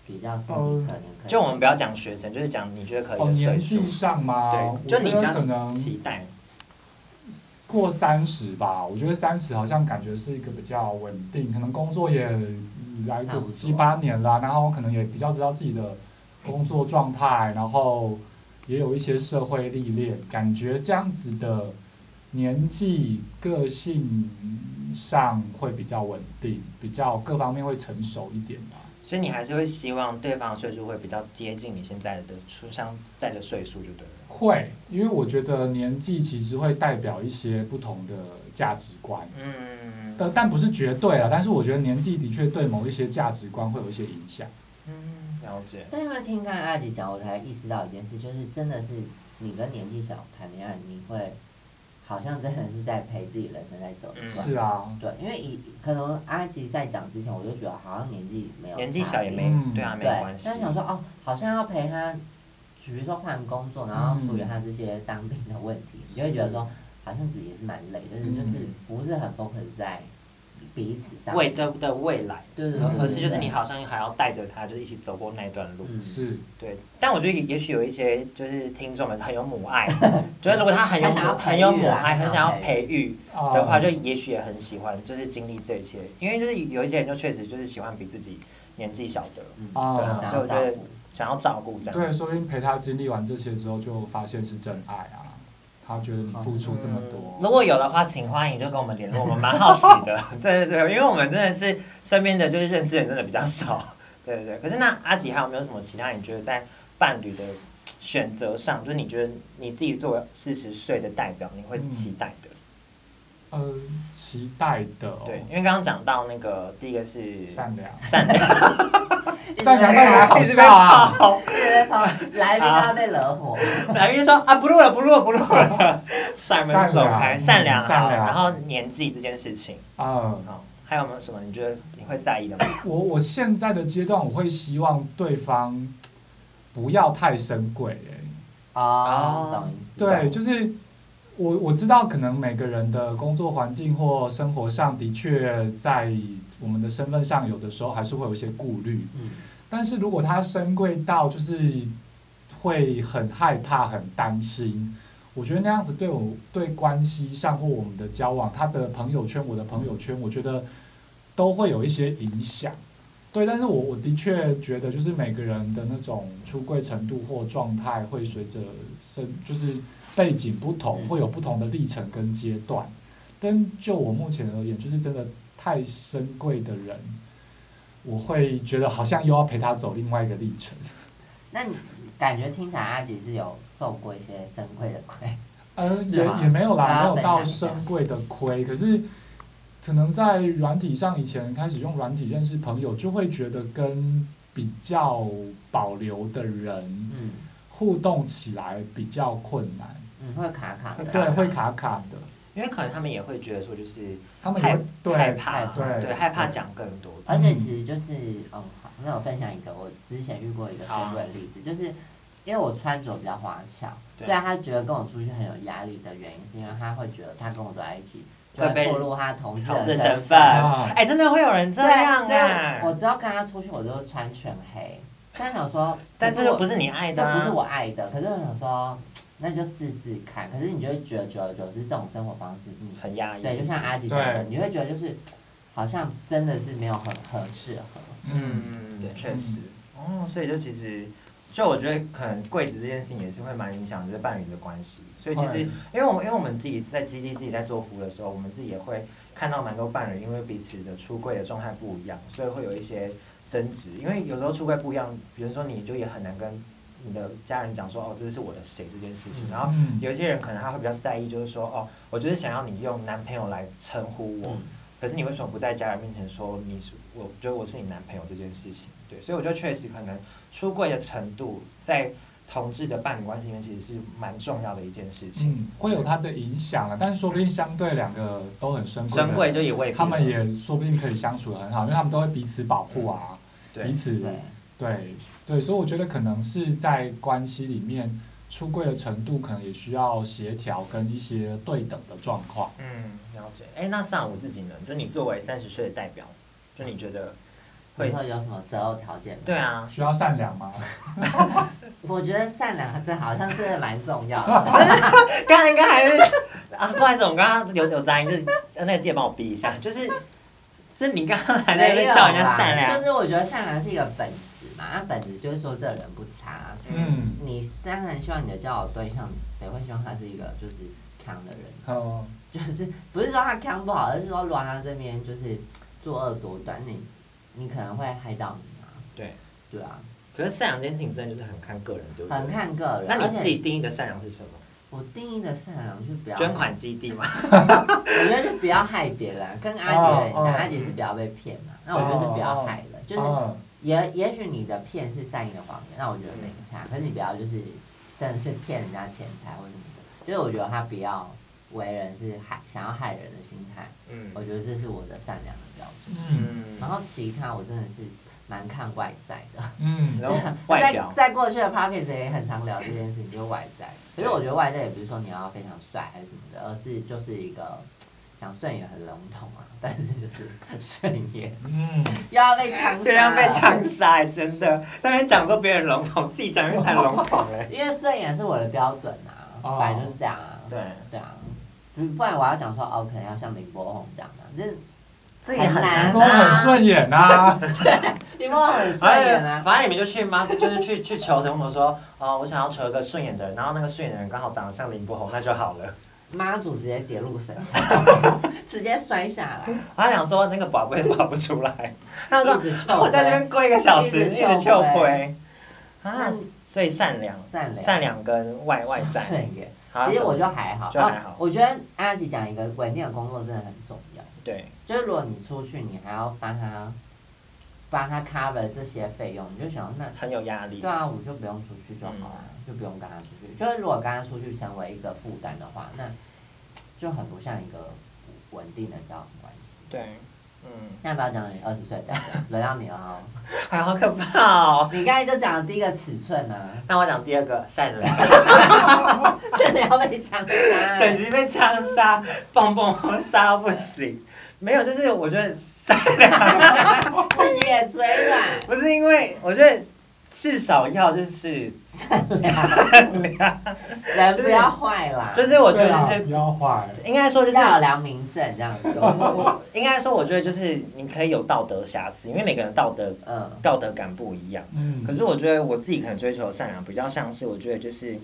[SPEAKER 1] 比较是你可能可以？
[SPEAKER 2] 就我们不要讲学生，就是讲你觉得可以
[SPEAKER 3] 哦，
[SPEAKER 2] 的
[SPEAKER 3] 年
[SPEAKER 2] 岁数
[SPEAKER 3] 纪。上嘛，
[SPEAKER 2] 对，就你
[SPEAKER 3] 我
[SPEAKER 2] 比
[SPEAKER 3] 觉得可
[SPEAKER 2] 较
[SPEAKER 3] 能
[SPEAKER 2] 期待。
[SPEAKER 3] 过三十吧，我觉得三十好像感觉是一个比较稳定，可能工作也来
[SPEAKER 1] 差不
[SPEAKER 3] 个
[SPEAKER 1] 多
[SPEAKER 3] 七八年啦，然后可能也比较知道自己的工作状态，然后也有一些社会历练，感觉这样子的年纪、个性上会比较稳定，比较各方面会成熟一点吧。
[SPEAKER 2] 所以你还是会希望对方的岁数会比较接近你现在的出像在的岁数就对了。
[SPEAKER 3] 会，因为我觉得年纪其实会代表一些不同的价值观。
[SPEAKER 2] 嗯，
[SPEAKER 3] 但但不是绝对啊，但是我觉得年纪的确对某一些价值观会有一些影响。
[SPEAKER 2] 嗯，了解。
[SPEAKER 1] 但因为听刚刚阿吉讲，我才意识到一件事，就是真的是你跟年纪小谈恋爱，你会好像真的是在陪自己人生在走一段。
[SPEAKER 2] 嗯
[SPEAKER 3] 是啊，
[SPEAKER 1] 对，因为以可能阿吉在讲之前，我就觉得好像年纪没有
[SPEAKER 2] 年纪
[SPEAKER 1] 差
[SPEAKER 2] 小也
[SPEAKER 1] 别
[SPEAKER 2] 没、
[SPEAKER 3] 嗯
[SPEAKER 2] 对啊，没
[SPEAKER 1] 对，
[SPEAKER 2] 关系
[SPEAKER 1] 但。想说哦，好像要陪他，比如说换工作，然后处理他这些当兵的问题，你就会觉得说好像自己也是蛮累，但是就是
[SPEAKER 3] 嗯
[SPEAKER 1] 不是很 focus 在彼此上。
[SPEAKER 2] 为这的未来，
[SPEAKER 1] 对对对
[SPEAKER 3] 嗯
[SPEAKER 2] 而
[SPEAKER 1] 对
[SPEAKER 2] 是
[SPEAKER 1] 对，
[SPEAKER 2] 就是
[SPEAKER 1] 对
[SPEAKER 2] 你好像还要带着他，就是一起走过那段路。
[SPEAKER 1] 嗯
[SPEAKER 3] 是
[SPEAKER 2] 对，但我觉得也许有一些就是听众们很有母 爱，就是如果他很有
[SPEAKER 1] 很想要
[SPEAKER 2] 母
[SPEAKER 1] 培育啊
[SPEAKER 2] 很有母爱，
[SPEAKER 1] 很想
[SPEAKER 2] 很
[SPEAKER 1] 哦
[SPEAKER 2] 想
[SPEAKER 1] 要
[SPEAKER 2] 要培育
[SPEAKER 3] 啊
[SPEAKER 2] 的话，就也许也很喜欢，就是经历这一切，因为就是有一些人就确实就是喜欢比自己年纪小的，
[SPEAKER 1] 嗯
[SPEAKER 2] 对啊
[SPEAKER 3] 啊，
[SPEAKER 1] 然
[SPEAKER 2] 所
[SPEAKER 1] 后
[SPEAKER 2] 以我
[SPEAKER 1] 照
[SPEAKER 2] 觉得
[SPEAKER 1] 顾。
[SPEAKER 2] 想要照顾这样
[SPEAKER 3] 对，
[SPEAKER 2] 子。
[SPEAKER 3] 说不定陪他经历完这些之后，就发现是真爱啊。他觉得你付出这么多，
[SPEAKER 2] 如果有的话，请欢迎就跟我们联络，我们蛮好奇 的。对对对，因为我们真的是身边的就是认识人真的比较少。对对对，可是那阿吉还有没有什么其他你觉得在伴侣的选择上，就是你觉得你自己作为四十岁的代表，你会期待的？
[SPEAKER 3] 呃，期待的、哦，
[SPEAKER 2] 对，，因为刚刚讲到那个第一个是
[SPEAKER 3] 善良，
[SPEAKER 2] 善哦良，
[SPEAKER 3] 善良到哪好笑啊？
[SPEAKER 1] 来宾他被惹火，
[SPEAKER 2] 来宾说啊不录了不录了不录 了，甩门走开，善
[SPEAKER 3] 善
[SPEAKER 2] 良好，
[SPEAKER 3] 良善良
[SPEAKER 2] 然后年纪这件事情，
[SPEAKER 3] 嗯，
[SPEAKER 2] 好，还有没有什么你觉得你会在意的吗？
[SPEAKER 3] 我我现在的阶段，我会希望对方不要太深贵、欸，
[SPEAKER 1] 哦，
[SPEAKER 2] 哦
[SPEAKER 1] 懂意思。
[SPEAKER 3] 对，就是我我知道，可能每个人的工作环境或生活上的确在我们的身份上，有的时候还是会有一些顾虑。
[SPEAKER 1] 嗯，
[SPEAKER 3] 但是如果他深贵到就是会很害怕、很担心，我觉得那样子对我对关系上或我们的交往，他的朋友圈、我的朋友圈，我觉得都会有一些影响。对，但是我我的确觉得，就是每个人的那种出柜程度或状态，会随着生就是背景不同，
[SPEAKER 1] 嗯
[SPEAKER 3] 会有不同的历程跟阶段。但就我目前而言，就是真的太深贵的人，我会觉得好像又要陪他走另外一个历程。
[SPEAKER 1] 那你感觉听起来阿吉是有受过一些深贵的亏，
[SPEAKER 3] 呃，
[SPEAKER 1] 是
[SPEAKER 3] 也
[SPEAKER 1] 吗
[SPEAKER 3] 也没有
[SPEAKER 1] 大家
[SPEAKER 3] 啦，没有
[SPEAKER 1] 分
[SPEAKER 3] 到
[SPEAKER 1] 享一下
[SPEAKER 3] 深贵的亏，可是可能在软体上，以前开始用软体认识朋友，就会觉得跟比较保留的人
[SPEAKER 1] 嗯
[SPEAKER 3] 互动起来比较困难，
[SPEAKER 1] 嗯，会卡卡的，
[SPEAKER 2] 会卡
[SPEAKER 3] 对，会卡卡的。
[SPEAKER 2] 因为可能他们也会觉得说，就是
[SPEAKER 3] 他们也
[SPEAKER 2] 害
[SPEAKER 3] 会
[SPEAKER 2] 害
[SPEAKER 3] 对
[SPEAKER 1] 哎
[SPEAKER 2] 怕，
[SPEAKER 3] 对
[SPEAKER 2] 对，害怕讲更多。
[SPEAKER 1] 而且其实就是，嗯，好，那我分享一个我之前遇过一个深贵的例子，就是因为我穿着比较花俏，
[SPEAKER 2] 对
[SPEAKER 1] 虽然他觉得跟我出去很有压力的原因，是因为他会觉得他跟我走在一起就
[SPEAKER 2] 会
[SPEAKER 1] 会
[SPEAKER 2] 被
[SPEAKER 1] 暴露他同志
[SPEAKER 2] 同志
[SPEAKER 1] 的
[SPEAKER 2] 身
[SPEAKER 1] 份。
[SPEAKER 2] 份，
[SPEAKER 3] 啊
[SPEAKER 2] 哎，真的会有人这
[SPEAKER 1] 对
[SPEAKER 2] 样
[SPEAKER 1] 所以我
[SPEAKER 2] 啊！
[SPEAKER 1] 只要跟他出去，我就穿全黑。但想说，
[SPEAKER 2] 但
[SPEAKER 1] 可
[SPEAKER 2] 这
[SPEAKER 1] 是
[SPEAKER 2] 就
[SPEAKER 1] 我
[SPEAKER 2] 不是你爱
[SPEAKER 1] 这
[SPEAKER 2] 的啊，
[SPEAKER 1] 不是我爱的，可是我想说，那就试试看。可是你就会觉得，久而久之，这种生活方式，嗯，
[SPEAKER 2] 很压抑自
[SPEAKER 1] 对，
[SPEAKER 2] 己。
[SPEAKER 1] 就像阿吉说的，
[SPEAKER 3] 对
[SPEAKER 1] 你会觉得就是好像真的是没有很很适合。
[SPEAKER 3] 嗯，
[SPEAKER 2] 嗯，确实。哦，所以就其实，就我觉得可能柜子这件事情也是会蛮影响就是伴侣的关系。所以其实，
[SPEAKER 3] 会
[SPEAKER 2] 因为我们因为我们自己在基地自己在做服务的时候，我们自己也会看到蛮多伴侣因为彼此的出柜的状态不一样，所以会有一些争执。因为有时候出柜不一样，比如说你就也很难跟你的家人讲说哦，这是我的谁这件事情，
[SPEAKER 1] 嗯
[SPEAKER 2] 然后。
[SPEAKER 3] 嗯
[SPEAKER 2] 有一些人可能他会比较在意，就是说，哦，我就是想要你用男朋友来称呼我，
[SPEAKER 1] 嗯
[SPEAKER 2] 可是你为什么不在家人面前说你是我觉得我是你男朋友这件事情？对，所以我觉得确实可能出柜的程度，在同志的伴侣关系里面其实是蛮重要的一件事情。
[SPEAKER 3] 嗯，会有它的影响了，但是说不定相对两个都很
[SPEAKER 1] 嗯
[SPEAKER 3] 深贵的人
[SPEAKER 2] 珍贵就也未必
[SPEAKER 3] 他们也说不定可以相处的很好，因为他们都会彼此保护啊，彼
[SPEAKER 2] 对，
[SPEAKER 3] 此
[SPEAKER 1] 对，
[SPEAKER 3] 对对，所以我觉得可能是在关系里面出柜的程度，可能也需要协调跟一些对等的状况。
[SPEAKER 2] 嗯，了解。哎、那上午自己呢？就你作为三十岁的代表，就你觉得会
[SPEAKER 1] 以后有什么择偶条件吗？
[SPEAKER 2] 对啊？
[SPEAKER 3] 需要善良吗？
[SPEAKER 1] 我觉得善良这好像真的蛮重要 的。
[SPEAKER 2] 刚才刚才是啊，不好意思，我刚刚有有杂音，就是呃那个记得帮我逼一下，就是。就是你刚刚还在
[SPEAKER 1] 没
[SPEAKER 2] 那边
[SPEAKER 1] 有
[SPEAKER 2] 笑人家
[SPEAKER 1] 啦
[SPEAKER 2] 善良，
[SPEAKER 1] 就是我觉得善良是一个本质嘛，那本质就是说这人不差。
[SPEAKER 3] 嗯，
[SPEAKER 1] 你当然希望你的交往对象，谁会希望他是一个就是强的人？
[SPEAKER 3] 嗯好，
[SPEAKER 1] 就是不是说他扛不好，而是说如果他这边就是作恶多端，你你可能会害到你啊。
[SPEAKER 2] 对
[SPEAKER 1] 对啊，
[SPEAKER 2] 可是善良这件事情真的就是很看个人，对不对？
[SPEAKER 1] 很看个人。
[SPEAKER 2] 那
[SPEAKER 1] 而
[SPEAKER 2] 你自己
[SPEAKER 1] 且啊
[SPEAKER 2] 定义的善良是什么？
[SPEAKER 1] 我定义的善良就不要，
[SPEAKER 2] 捐款基地吗？
[SPEAKER 1] 我觉得就不要害别人啊，跟阿杰有点像，
[SPEAKER 3] 哦哦哦
[SPEAKER 1] 阿杰是不要被骗嘛。那我觉得是不要害人，就是
[SPEAKER 3] 嗯
[SPEAKER 1] 也也许你的骗是善意的谎言，那我觉得没
[SPEAKER 3] 嗯
[SPEAKER 1] 差。可是你不要就是真的是骗人家钱财或者什么的，就是我觉得他不要为人是害想要害人的心态，
[SPEAKER 2] 嗯
[SPEAKER 1] 我觉得这是我的善良的标准。
[SPEAKER 3] 嗯
[SPEAKER 2] 嗯，
[SPEAKER 1] 然后其他我真的是蛮看外在 的，
[SPEAKER 3] 嗯，
[SPEAKER 2] 然后外
[SPEAKER 1] 在
[SPEAKER 2] 表，
[SPEAKER 1] 在过去的 p o c k e t 也很常聊这件事情，就是外在。可是我觉得外在也不是说你要非常帅还是什么的，而是就是一个讲顺眼很笼统啊， 但是就是顺眼
[SPEAKER 3] 嗯，
[SPEAKER 1] 又要被枪杀，
[SPEAKER 2] 对啊，被枪杀、真的。在那边讲说别人笼统，自己讲又太笼统了。
[SPEAKER 1] 因为顺眼是我的标准啊，
[SPEAKER 3] 哦
[SPEAKER 1] 反正就是这样啊。
[SPEAKER 2] 对，
[SPEAKER 1] 对啊，不不然我要讲说哦，可能要像林柏宏这样的、就是
[SPEAKER 2] 这
[SPEAKER 1] 也很难啊
[SPEAKER 3] 老公很顺 眼啊，
[SPEAKER 1] 林柏宏很顺
[SPEAKER 2] 反
[SPEAKER 1] 眼
[SPEAKER 2] 正
[SPEAKER 1] 啊。
[SPEAKER 2] 反正你们就去吗？ 就是去去求神问佛说，哦，我想要求一个顺眼的人，然后那个顺眼的人刚好长得像林柏宏，那就好了。
[SPEAKER 1] 妈祖直接跌入神， 直接摔下来，
[SPEAKER 2] 他想说那个宝贝宝不出来，他说
[SPEAKER 1] 一直臭
[SPEAKER 2] 我在这边跪一个小时，
[SPEAKER 1] 一直
[SPEAKER 2] 一
[SPEAKER 1] 臭
[SPEAKER 2] 直求
[SPEAKER 1] 灰
[SPEAKER 2] 回。啊
[SPEAKER 1] 那，
[SPEAKER 2] 所以善良，
[SPEAKER 1] 善良，
[SPEAKER 2] 善良跟外外在，
[SPEAKER 1] 顺眼。
[SPEAKER 2] 好
[SPEAKER 1] 其实我觉得还好，
[SPEAKER 2] 就还好
[SPEAKER 1] 哦我觉得阿吉讲一个稳定的工作真的很重要，
[SPEAKER 2] 对，
[SPEAKER 1] 就是如果你出去，你还要帮他帮他 cover 这些费用，你就想那
[SPEAKER 2] 很有压力。
[SPEAKER 1] 对啊，我就不用出去就好了，
[SPEAKER 2] 嗯
[SPEAKER 1] 就不用跟他出去。就是如果跟他出去成为一个负担的话，那就很不像一个稳定的交往关系。
[SPEAKER 2] 对，嗯，
[SPEAKER 1] 那不要讲你二十岁的，轮到你了 哦。
[SPEAKER 2] 哎，好可怕哦！
[SPEAKER 1] 你刚才就讲了第一个尺寸啊，
[SPEAKER 2] 那我讲第二个善良，
[SPEAKER 1] 真的要被抢答。
[SPEAKER 2] 整集被枪杀，蹦蹦杀到不行。没有，就是我觉得善良，
[SPEAKER 1] 自己也嘴软。
[SPEAKER 2] 不是因为我觉得至少要就是善良，
[SPEAKER 1] 人不要坏啦，
[SPEAKER 2] 就是我觉
[SPEAKER 3] 对
[SPEAKER 2] 得
[SPEAKER 3] 啊
[SPEAKER 2] 就，是
[SPEAKER 3] 不要坏，
[SPEAKER 2] 应该说就是
[SPEAKER 1] 要有良民证这样子。
[SPEAKER 2] 应该说，我觉得就是你可以有道德瑕疵，因为每个人道德
[SPEAKER 1] 嗯，
[SPEAKER 2] 道德感不一样。
[SPEAKER 3] 嗯，
[SPEAKER 2] 可是我觉得我自己可能追求的善良，比较像是我觉得就是，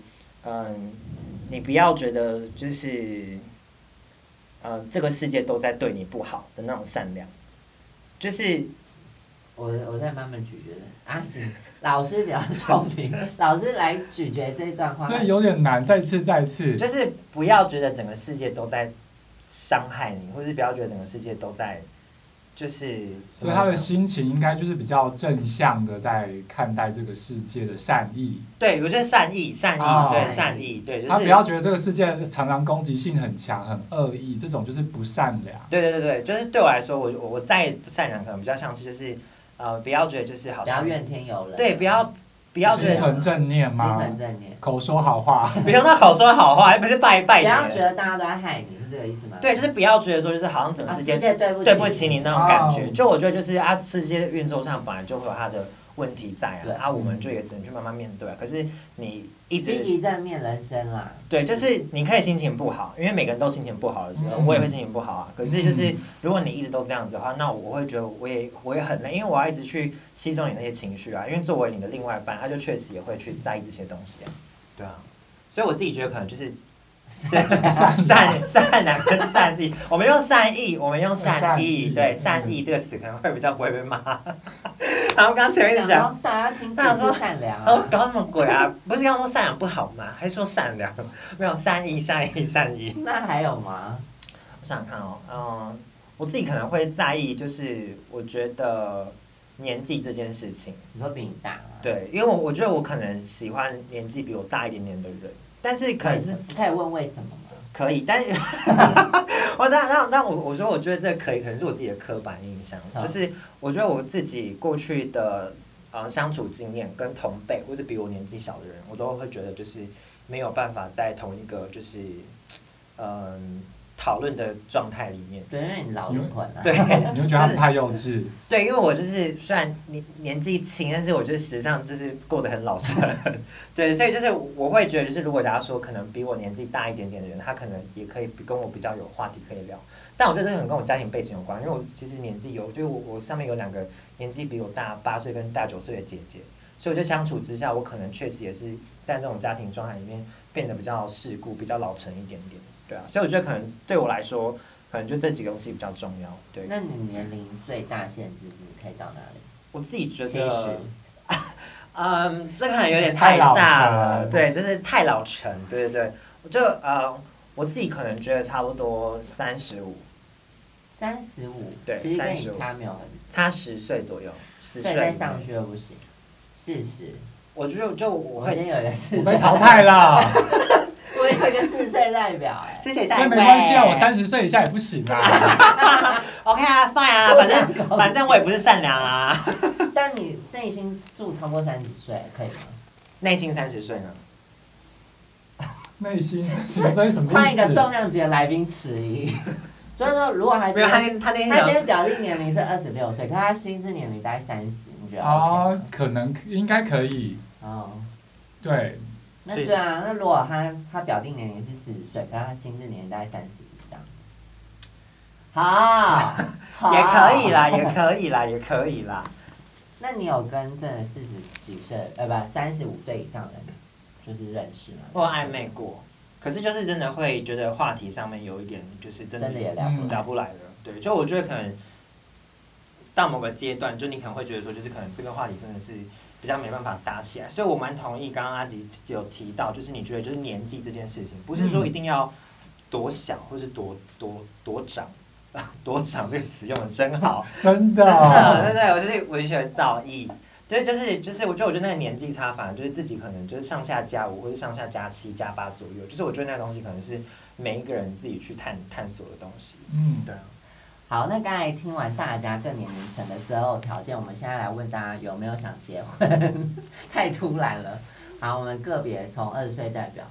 [SPEAKER 2] 嗯，你不要觉得就是，呃，这个世界都在对你不好的那种善良，就是
[SPEAKER 1] 我我再慢慢咀嚼。啊，请老师比较聪 明，老师来咀嚼这段话。
[SPEAKER 3] 这有点难，再次再次，
[SPEAKER 2] 就是不要觉得整个世界都在伤害你，或是不要觉得整个世界都在，就是
[SPEAKER 3] 所以他的心情应该就是比较正向的在看待这个世界的善意，
[SPEAKER 2] 对，我觉得善意，善意，
[SPEAKER 3] 哦
[SPEAKER 2] 对，善意，对，就是
[SPEAKER 3] 他不要觉得这个世界常常攻击性很强、很恶意，这种就是不善良。
[SPEAKER 2] 对对对对，就是对我来说，我我我再不善良，可能比较像是就是，呃，不要觉得就是好
[SPEAKER 1] 不要
[SPEAKER 2] 像
[SPEAKER 1] 怨天尤人。啊
[SPEAKER 2] 对，不要不要觉
[SPEAKER 3] 心
[SPEAKER 2] 得
[SPEAKER 3] 存正念
[SPEAKER 1] 心
[SPEAKER 3] 吗？
[SPEAKER 1] 存正念，
[SPEAKER 3] 口说好 话，
[SPEAKER 2] 不要那口说好话，又不是拜拜
[SPEAKER 1] 不要觉
[SPEAKER 2] 年。
[SPEAKER 1] 得大家都在害你，是这个意思吗？
[SPEAKER 2] 对，就是不要觉得说就是好像整个
[SPEAKER 1] 啊，
[SPEAKER 2] 世
[SPEAKER 1] 世
[SPEAKER 2] 界
[SPEAKER 1] 界对不
[SPEAKER 2] 对不起你那种感觉。
[SPEAKER 3] 哦
[SPEAKER 2] 就我觉得就是啊，世界运作上本来就会有它的问题在
[SPEAKER 1] 对
[SPEAKER 2] 啊，啊，我们就也只能去慢慢面对啊。可是你一
[SPEAKER 1] 积
[SPEAKER 2] 直
[SPEAKER 1] 极正面人生啦。
[SPEAKER 2] 对，就是你可以心情不好，因为每个人都心情不好的时候，
[SPEAKER 3] 嗯
[SPEAKER 2] 我也会心情不好啊。可是就是
[SPEAKER 3] 嗯
[SPEAKER 2] 如果你一直都这样子的话，那我会觉得我也我也很累，因为我要一直去吸收你那些情绪啊。因为作为你的另外一半，他就确实也会去在意这些东西啊。对啊，所以我自己觉得可能就是善善善良跟善意，我们用善意，我们用善
[SPEAKER 3] 善
[SPEAKER 2] 意，
[SPEAKER 3] 意
[SPEAKER 2] 对
[SPEAKER 3] 嗯
[SPEAKER 2] 善意这个词可能会比较不会被骂。 然后刚前面一直
[SPEAKER 1] 想
[SPEAKER 2] 讲。
[SPEAKER 1] 说大家听自己是善良
[SPEAKER 2] 哦
[SPEAKER 1] 啊，，
[SPEAKER 2] 搞什么鬼啊？不是刚说善良不好吗？还说善良，没有善意，善意，善意。
[SPEAKER 1] 那还有吗？
[SPEAKER 2] 我想想看哦，嗯，我自己可能会在意，就是我觉得年纪这件事情，
[SPEAKER 1] 你说比啊你大吗？
[SPEAKER 2] 对，因为我我觉得我可能喜欢年纪比我大一点点的人，但是
[SPEAKER 1] 可
[SPEAKER 2] 可能
[SPEAKER 1] 以
[SPEAKER 2] 是
[SPEAKER 1] 可以问为什么吗？
[SPEAKER 2] 可以，但是，我那那那我我说我觉得这可以，可能是我自己的刻板印象，
[SPEAKER 1] 嗯
[SPEAKER 2] 就是我觉得我自己过去的呃相处经验跟同辈或是比我年纪小的人，我都会觉得就是没有办法在同一个就是嗯讨论的状态里面。
[SPEAKER 1] 对，因为你老灵魂啊。
[SPEAKER 2] 嗯对
[SPEAKER 3] 你会觉得他们太幼稚，
[SPEAKER 2] 对，因为我就是虽然年年纪轻，但是我觉得实际上就是过得很老成。 对，所以就是我会觉得，就是如果假如说可能比我年纪大一点点的人，他可能也可以比跟我比较有话题可以聊。但我觉得这可能跟我家庭背景有关，因为我其实年纪有，就是我我上面有两个年纪比我大八岁跟大九岁的姐姐，所以我就相处之下，我可能确实也是在这种家庭状态里面变得比较世故、比较老成一点点。对啊，所以我觉得可能对我来说，可能就这几个东西比较重要。对，
[SPEAKER 1] 那你年龄最大限制是可以到哪里？
[SPEAKER 2] 我自己觉
[SPEAKER 1] 七十
[SPEAKER 2] 得。嗯，这个可能有点太大了，对，就是太老成，对对对，我就呃，我自己可能觉得差不多三十五，
[SPEAKER 1] 三十五，
[SPEAKER 2] 对
[SPEAKER 1] 其实跟
[SPEAKER 2] 35
[SPEAKER 1] 你差没有很，
[SPEAKER 2] 差十岁左右，十
[SPEAKER 1] 所以
[SPEAKER 2] 岁
[SPEAKER 1] 再
[SPEAKER 2] 以
[SPEAKER 1] 上
[SPEAKER 2] 内
[SPEAKER 1] 去又不行。四十，
[SPEAKER 2] 我觉得就我
[SPEAKER 1] 我
[SPEAKER 2] 会
[SPEAKER 1] 今，天有一个四
[SPEAKER 3] 我
[SPEAKER 1] 十
[SPEAKER 3] 被淘，汰了。
[SPEAKER 1] 我有一个四岁代表 哎、
[SPEAKER 2] 谢谢下一
[SPEAKER 3] 那
[SPEAKER 2] 位，
[SPEAKER 3] 没关系啊，我三十岁以下也不行 啊。
[SPEAKER 2] ，OK 啊，fine 啊，反正反正我也不是善良啊，
[SPEAKER 1] 但你内心住超过三十岁可以吗？
[SPEAKER 2] 内心三十岁呢，
[SPEAKER 3] 内心十岁什么
[SPEAKER 1] 换
[SPEAKER 3] 意
[SPEAKER 1] 一个
[SPEAKER 3] 思？
[SPEAKER 1] 重量级的来宾迟疑，所以说如果他
[SPEAKER 2] 没
[SPEAKER 1] 今
[SPEAKER 2] 有他
[SPEAKER 1] 天
[SPEAKER 2] 那他那天
[SPEAKER 1] 他今
[SPEAKER 2] 讲，
[SPEAKER 1] 天表定年龄是二十六岁，可他心智年龄大概三十，你觉得 OK
[SPEAKER 3] 哦
[SPEAKER 1] 吗？，
[SPEAKER 3] 可能应该可以。
[SPEAKER 1] 哦，
[SPEAKER 3] 对，
[SPEAKER 1] 那
[SPEAKER 2] 所以
[SPEAKER 1] 对啊，那如果他他表定年龄是四十岁，可他心智年龄大概三十这样子，好，好
[SPEAKER 2] 也可以。啦，也可以啦，也可以啦，
[SPEAKER 1] 那你有跟真的四十几岁，呃，不，三十五岁以上的人就是认识吗？
[SPEAKER 2] 我有暧昧过，可是就是真的会觉得话题上面有一点就是真的
[SPEAKER 1] 真的也聊不
[SPEAKER 3] 嗯
[SPEAKER 1] 来。
[SPEAKER 2] 聊不来了。对，就我觉得可能到某个阶段，就你可能会觉得说，就是可能这个话题真的是比较没办法搭起来。所以我蛮同意刚刚阿吉有提到，就是你觉得就是年纪这件事情，不是说一定要多小或是多多多长。 多长这个词用的真好，
[SPEAKER 3] 真
[SPEAKER 2] 真的，对
[SPEAKER 3] 的。
[SPEAKER 2] 对，我是文学造诣。对，就是就是，我觉得我觉得那个年纪差，反而就是自己可能就是上下加五，或者上下加七、加八左右。就是我觉得那个东西可能是每一个人自己去探探索的东西。
[SPEAKER 3] 嗯，
[SPEAKER 2] 对啊，
[SPEAKER 1] 好，那刚才听完大家各年龄层的择偶条件，我们现在来问大家有没有想结婚？ 太突然了。好，我们个别从二十岁代表，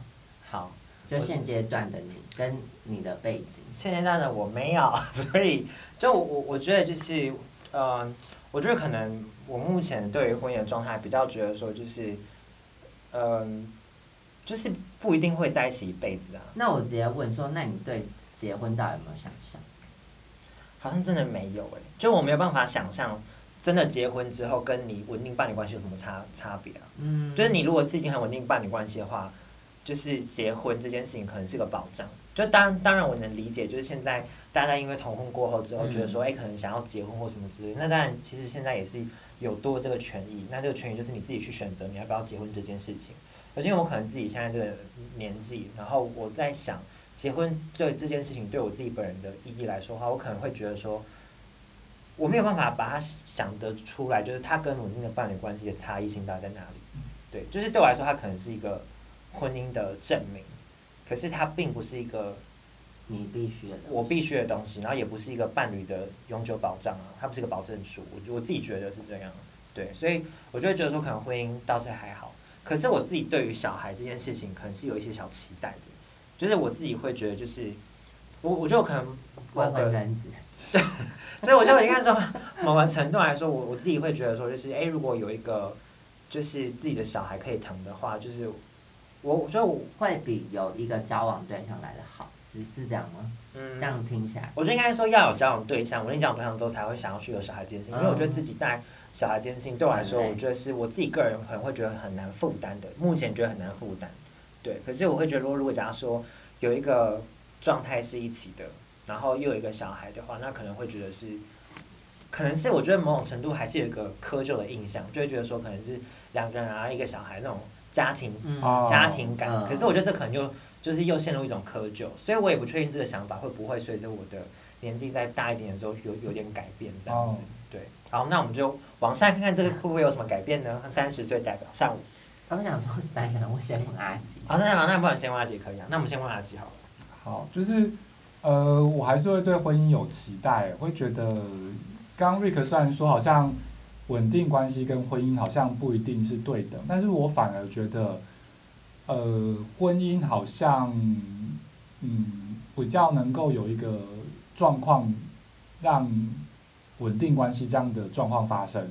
[SPEAKER 2] 好，
[SPEAKER 1] 就现阶段的你跟你的背景。
[SPEAKER 2] 现阶段的我没有， 所以就我我觉得就是，呃，我觉得可能我目前对于婚姻的状态比较觉得说就是，嗯、就是不一定会在一起一辈子啊，
[SPEAKER 1] 那我直接问说，那你对结婚到底有没有想象？
[SPEAKER 2] 好像真的没有诶、就我没有办法想象。真的结婚之后，跟你稳定伴侣关系有什么差差别啊？
[SPEAKER 1] 嗯，
[SPEAKER 2] 就是你如果是已经很稳定伴侣关系的话，就是结婚这件事情可能是个保障。就当然当然我能理解，就是现在大家因为同婚过后之后，
[SPEAKER 1] 嗯
[SPEAKER 2] 觉得说，哎、可能想要结婚或什么之类的，那当然其实现在也是有多这个权益。那这个权益就是你自己去选择你要不要结婚这件事情。而且我可能自己现在这个年纪，然后我在想，结婚对这件事情对我自己本人的意义来说的话，我可能会觉得说，我没有办法把它想得出来，就是它跟稳定的伴侣关系的差异性到底在哪里。对，就是对我来说，它可能是一个婚姻的证明，可是它并不是一个
[SPEAKER 1] 嗯你必须的东西。
[SPEAKER 2] 我必须的东西，然后也不是一个伴侣的永久保障啊，它不是一个保证书。我我自己觉得是这样，啊对，所以我就会觉得说，可能婚姻倒是还好，可是我自己对于小孩这件事情，可能是有一些小期待的，就是我自己会觉得，就是我我觉得我可能
[SPEAKER 1] 未
[SPEAKER 2] 某
[SPEAKER 1] 婚
[SPEAKER 2] 个
[SPEAKER 1] 生子。
[SPEAKER 2] 所以我就应该说，某个程度来说，我我自己会觉得说，就是哎、诶如果有一个就是自己的小孩可以疼的话，就是我我觉得我
[SPEAKER 1] 会比有一个交往对象来的好，是是这样吗？
[SPEAKER 2] 嗯
[SPEAKER 1] 这，样听起来，
[SPEAKER 2] 我就应该说要有交往对象，我跟你交往对象之后才会想要去有小孩这件事情，因为我觉得自己带小孩这件事情对我来说，
[SPEAKER 1] 很累
[SPEAKER 2] 我觉得是我自己个人可能会觉得很难负担的，目前觉得很难负担，对。可是我会觉得说，如果假如说有一个状态是一起的，然后又有一个小孩的话，那可能会觉得是，可能是我觉得某种程度还是有一个窠臼的印象，就会觉得说可能是两个人啊一个小孩那种家庭
[SPEAKER 1] 嗯，
[SPEAKER 3] 哦
[SPEAKER 2] 家庭感。
[SPEAKER 1] 嗯
[SPEAKER 2] 可是我觉得这可能又就是又陷入一种窠臼，所以我也不确定这个想法会不会随着我的年纪再大一点的时候有有点改变这样子。
[SPEAKER 3] 哦
[SPEAKER 2] 对，好，那我们就往下看看这个会不会有什么改变呢？三十岁代表上午，
[SPEAKER 1] 他们想说，本来想问先问阿吉，
[SPEAKER 2] 好，那好，那不然先问阿姐可以啊，那我们先问阿姐好了。
[SPEAKER 3] 好，就是呃，我还是会对婚姻有期待，会觉得刚刚 Rick 虽然说好像稳定关系跟婚姻好像不一定是对等，但是我反而觉得，呃，婚姻好像嗯比较能够有一个状况让稳定关系这样的状况发生。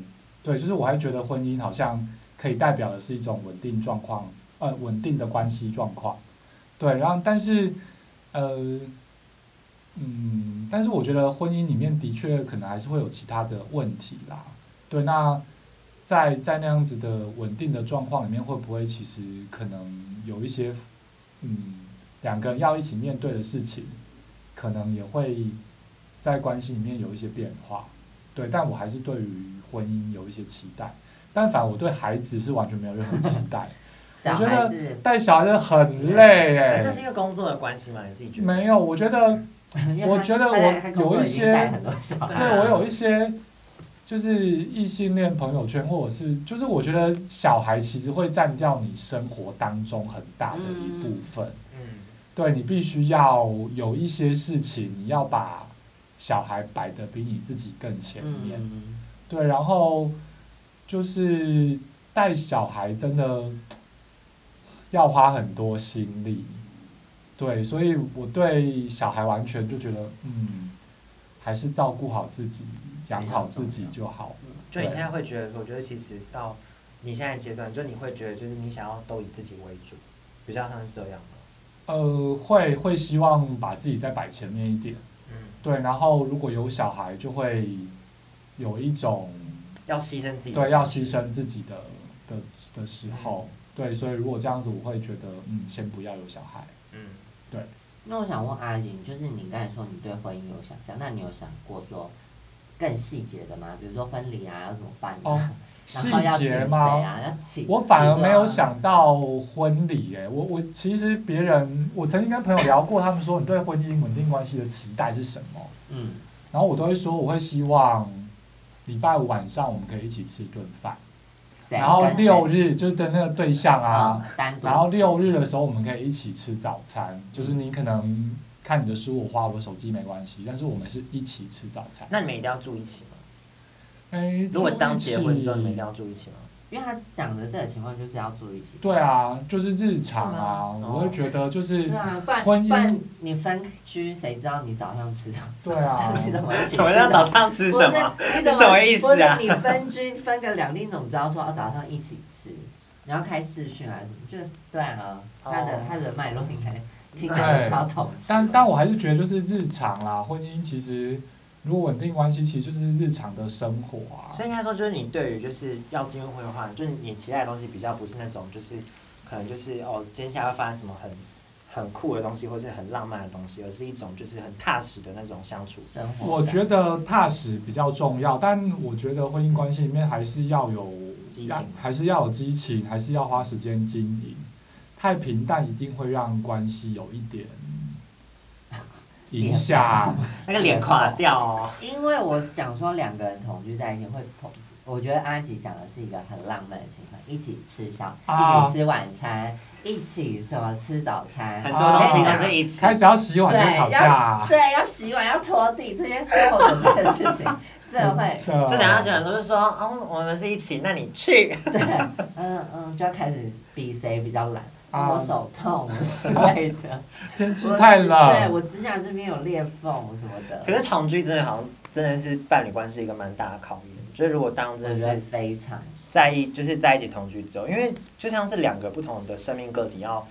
[SPEAKER 3] 对，就是我还觉得婚姻好像可以代表的是一种稳定状况，呃，稳定的关系状况。对，然后但是，呃，嗯，但是我觉得婚姻里面的确可能还是会有其他的问题啦。对，那在在那样子的稳定的状况里面，会不会其实可能有一些，嗯，两个人要一起面对的事情，可能也会在关系里面有一些变化。对，但我还是对于婚姻有一些期待，但反而我对孩子是完全没有任何期 待。
[SPEAKER 1] 小
[SPEAKER 3] 我觉
[SPEAKER 1] 孩
[SPEAKER 3] 得
[SPEAKER 1] 是
[SPEAKER 3] 带小孩真的很累哎、
[SPEAKER 2] 那是因为工作的关系吗？你自己觉得？
[SPEAKER 3] 没有，我觉得
[SPEAKER 1] 因为他
[SPEAKER 3] 我觉得
[SPEAKER 1] 他在
[SPEAKER 3] 我
[SPEAKER 1] 他工作
[SPEAKER 3] 有一
[SPEAKER 1] 已经
[SPEAKER 3] 些
[SPEAKER 1] 带很多小孩，
[SPEAKER 3] 对我有一些就是异性恋朋友圈，或者是就是我觉得小孩其实会占掉你生活当中很大的一部分。
[SPEAKER 2] 嗯，
[SPEAKER 3] 对你必须要有一些事情，你要把小孩摆得比你自己更前面。
[SPEAKER 1] 嗯，
[SPEAKER 3] 对，然后就是带小孩真的要花很多心力，对，所以我对小孩完全就觉得，嗯，还是照顾好自己，养好自己就好。
[SPEAKER 2] 就你
[SPEAKER 3] 对
[SPEAKER 2] 现在会觉得说，我觉得其实到你现在阶段，就你会觉得就是你想要都以自己为主，比较像是这样吗？
[SPEAKER 3] 呃，会会希望把自己再摆前面一点，
[SPEAKER 2] 嗯，
[SPEAKER 3] 对，然后如果有小孩，就会有一种
[SPEAKER 2] 要牺牲自己的
[SPEAKER 3] 对
[SPEAKER 2] 感
[SPEAKER 3] 要
[SPEAKER 2] 觉
[SPEAKER 3] 牺牲自己的的的时候，对，所以如果这样子，我会觉得，嗯，先不要有小孩。
[SPEAKER 2] 嗯，
[SPEAKER 1] 那我想问阿玲，就是你刚才说你对婚姻有想象，那你有想过说更细节的吗？比如说婚礼啊，要怎么办、啊？
[SPEAKER 3] 哦细
[SPEAKER 1] 然后要请
[SPEAKER 3] 节
[SPEAKER 1] 谁
[SPEAKER 3] 吗？
[SPEAKER 1] 啊？要请
[SPEAKER 3] 我反而
[SPEAKER 1] 谁啊
[SPEAKER 3] 没有想到婚礼耶、我我其实别人，我曾经跟朋友聊过，他们说你对婚姻稳定关系的期待是什么？
[SPEAKER 1] 嗯，
[SPEAKER 3] 然后我都会说我会希望礼拜五晚上我们可以一起吃一顿饭，
[SPEAKER 1] 谁
[SPEAKER 3] 然后
[SPEAKER 1] 跟谁
[SPEAKER 3] 六日就是跟那个对象啊，
[SPEAKER 1] 嗯单独，
[SPEAKER 3] 然后六日的时候我们可以一起吃早餐，就是你可能看你的书，我划我的手机没关系，但是我们是一起吃早餐。
[SPEAKER 2] 那你们一定要住一起吗？
[SPEAKER 3] 哎，
[SPEAKER 2] 如果当结婚之后，你们一
[SPEAKER 3] 没
[SPEAKER 2] 定要住一起吗？
[SPEAKER 1] 因为他讲的这个情况就是要住一起。
[SPEAKER 3] 对啊，就是日常啊，
[SPEAKER 2] 是吗哦
[SPEAKER 3] 我会觉得就是
[SPEAKER 1] 对啊，不然
[SPEAKER 3] 婚姻
[SPEAKER 1] 不然你分居，谁知道你早上吃什么？
[SPEAKER 3] 对啊，
[SPEAKER 1] 你怎么会知
[SPEAKER 2] 什
[SPEAKER 1] 道
[SPEAKER 2] 么叫早上吃什么？
[SPEAKER 1] 不是？你
[SPEAKER 2] 这
[SPEAKER 1] 怎
[SPEAKER 2] 什么意思啊
[SPEAKER 1] 不是你分居分个两地，你怎么知道说哦早上一起吃？你要开视讯啊什么？就是对啊，他的、
[SPEAKER 2] 哦
[SPEAKER 1] 他的脉络应该听起来是要同居。
[SPEAKER 3] 但但我还是觉得就是日常啦，婚姻其实如果稳定关系，其实就是日常的生活啊。
[SPEAKER 2] 所以应该说，就是你对于就是要进入婚姻的话，就是你期待的东西比较不是那种就是可能就是哦，接下来会发生什么很很酷的东西，或是很浪漫的东西，而是一种就是很踏实的那种相 处。
[SPEAKER 1] 生活，
[SPEAKER 3] 我觉得踏实比较重要，但我觉得婚姻关系里面还是要有
[SPEAKER 2] 激情
[SPEAKER 3] 要还是要有激情，还是要花时间经营。太平淡一定会让关系有一点 影响。
[SPEAKER 2] 那个脸垮掉哦，
[SPEAKER 1] 因为我想说两个人同居在一起会碰，我觉得阿吉讲的是一个很浪漫的情况，一起吃宵，
[SPEAKER 3] 啊
[SPEAKER 1] 一起吃晚餐，一起什么吃早餐，
[SPEAKER 2] 很多东西都是
[SPEAKER 1] 一。
[SPEAKER 2] 一起
[SPEAKER 3] 开。始要洗碗就吵
[SPEAKER 1] 对，要
[SPEAKER 3] 架，
[SPEAKER 1] 对要洗碗要拖地这些生活琐碎的事 情，真的会
[SPEAKER 3] 真的
[SPEAKER 2] 就等到结婚的时候就说，哦，我们是一起，那你去。
[SPEAKER 1] 对，嗯嗯，就要开始比谁比较懒，
[SPEAKER 3] 啊
[SPEAKER 1] 我手痛之类 的。
[SPEAKER 3] 天气
[SPEAKER 1] 我
[SPEAKER 3] 太
[SPEAKER 1] 对
[SPEAKER 3] 冷，
[SPEAKER 1] 我指甲这边有裂缝什么
[SPEAKER 2] 可
[SPEAKER 1] 的，
[SPEAKER 2] 是同居真的好像真的是伴侣关系一个蛮大的考验，就是如果当真
[SPEAKER 1] 我
[SPEAKER 2] 的
[SPEAKER 1] 觉得
[SPEAKER 2] 是
[SPEAKER 1] 非常。
[SPEAKER 2] 在一就是在一起同居之后，因为就像是两个不同的生命个体要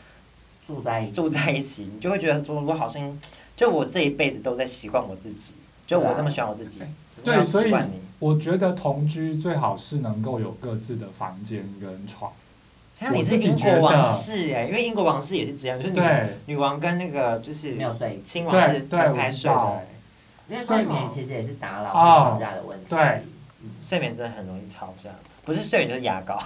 [SPEAKER 1] 住在一起，
[SPEAKER 2] 住在一起，你就会觉得说，我好像就我这一辈子都在习惯我自己，就我那么喜欢我自己，可是
[SPEAKER 3] 对，
[SPEAKER 2] 要
[SPEAKER 3] 所
[SPEAKER 2] 习
[SPEAKER 3] 以
[SPEAKER 2] 惯你。
[SPEAKER 3] 我觉得同居最好是能够有各自的房间跟床。
[SPEAKER 2] 像你是
[SPEAKER 3] 我自己
[SPEAKER 2] 英
[SPEAKER 3] 觉
[SPEAKER 2] 国
[SPEAKER 3] 得
[SPEAKER 2] 王室哎、因为英国王室也是这样，就是女
[SPEAKER 3] 对
[SPEAKER 2] 女王跟那个就是
[SPEAKER 1] 没有睡，
[SPEAKER 2] 亲王
[SPEAKER 3] 对
[SPEAKER 2] 是
[SPEAKER 3] 对，
[SPEAKER 2] 分
[SPEAKER 3] 我
[SPEAKER 2] 开
[SPEAKER 3] 知
[SPEAKER 2] 睡的、
[SPEAKER 3] 道
[SPEAKER 2] 欸，，
[SPEAKER 1] 因为睡眠其实也是打扰和
[SPEAKER 3] 哦
[SPEAKER 1] 吵架的问题。
[SPEAKER 3] 对，
[SPEAKER 2] 睡眠真的很容易吵架，不是睡眠就是牙 膏，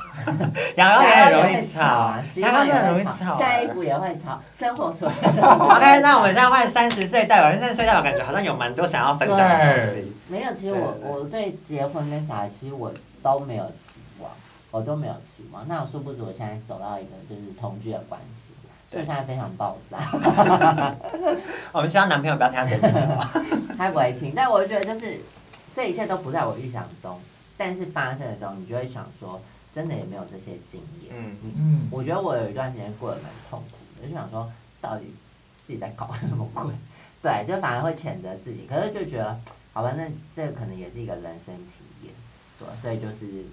[SPEAKER 2] 牙膏也很容易吵，
[SPEAKER 1] 啊，洗
[SPEAKER 2] 牙膏
[SPEAKER 1] 碗
[SPEAKER 2] 真
[SPEAKER 1] 也
[SPEAKER 2] 的很
[SPEAKER 1] 会
[SPEAKER 2] 容易吵、
[SPEAKER 1] 吵，晒
[SPEAKER 2] 欸
[SPEAKER 1] 衣。服也会吵，生活琐事都会吵。
[SPEAKER 2] OK，那我们现在换三十岁代表，因为三十岁代表感觉好像有蛮多想要分享的东西。
[SPEAKER 1] 没有，其实我
[SPEAKER 2] 对对
[SPEAKER 1] 我对结婚跟小孩，其实我都没有期望，我都没有期望。那我殊不知我现在走到一个就是同居的关系，所以我现在非常爆炸，
[SPEAKER 2] 哦我们希望男朋友不要听他这次。
[SPEAKER 1] 他不会听。但我觉得就是这一切都不在我预想中，但是发生的时候，你就会想说，真的也没有这些经验。
[SPEAKER 2] 嗯，
[SPEAKER 3] 嗯，
[SPEAKER 1] 我觉得我有一段时间过得蛮痛苦的，就想说到底自己在搞什么鬼？ 对，就反而会谴责自己，可是就觉得好吧，那这可能也是一个人生体验，对，所以就是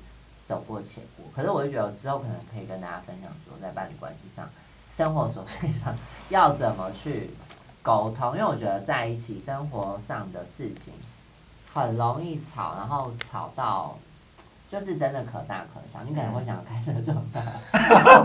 [SPEAKER 1] 走过且过。可是我就觉得之后可能可以跟大家分享说，在伴侣关系上、生活琐碎上要怎么去沟通，因为我觉得在一起生活上的事情很容易吵，然后吵到。就是真的可大可小，你可能会想开车撞 到，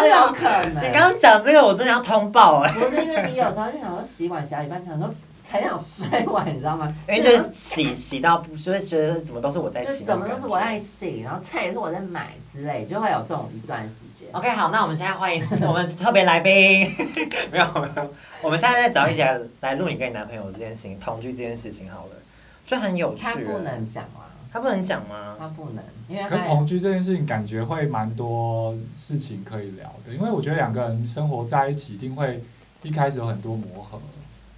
[SPEAKER 1] 都 有可能。
[SPEAKER 2] 你刚刚讲这个，我真的要通报哎、
[SPEAKER 1] 不是因为你有时候就想说洗碗洗到一半，想说很想摔碗，你知道吗？
[SPEAKER 2] 因为哎就是洗洗到，就是觉得怎么都是我在
[SPEAKER 1] 就是
[SPEAKER 2] 洗那
[SPEAKER 1] 怎
[SPEAKER 2] 种
[SPEAKER 1] 么
[SPEAKER 2] 感
[SPEAKER 1] 都
[SPEAKER 2] 觉，
[SPEAKER 1] 是我在洗，然后菜也是我在买之类，就会有这种一段时间。
[SPEAKER 2] OK，好，那我们现在欢迎 我们特别来宾， 没有没有，我们现在再找一起来来录你跟你男朋友这件事情，同居这件事情好了，就很有趣。欸
[SPEAKER 1] 他不，能讲啊，
[SPEAKER 2] 他不能讲吗？
[SPEAKER 1] 他不能，因为
[SPEAKER 3] 可
[SPEAKER 1] 他
[SPEAKER 3] 是同居这件事情，感觉会蛮多事情可以聊的，因为我觉得两个人生活在一起，一定会一开始有很多磨合。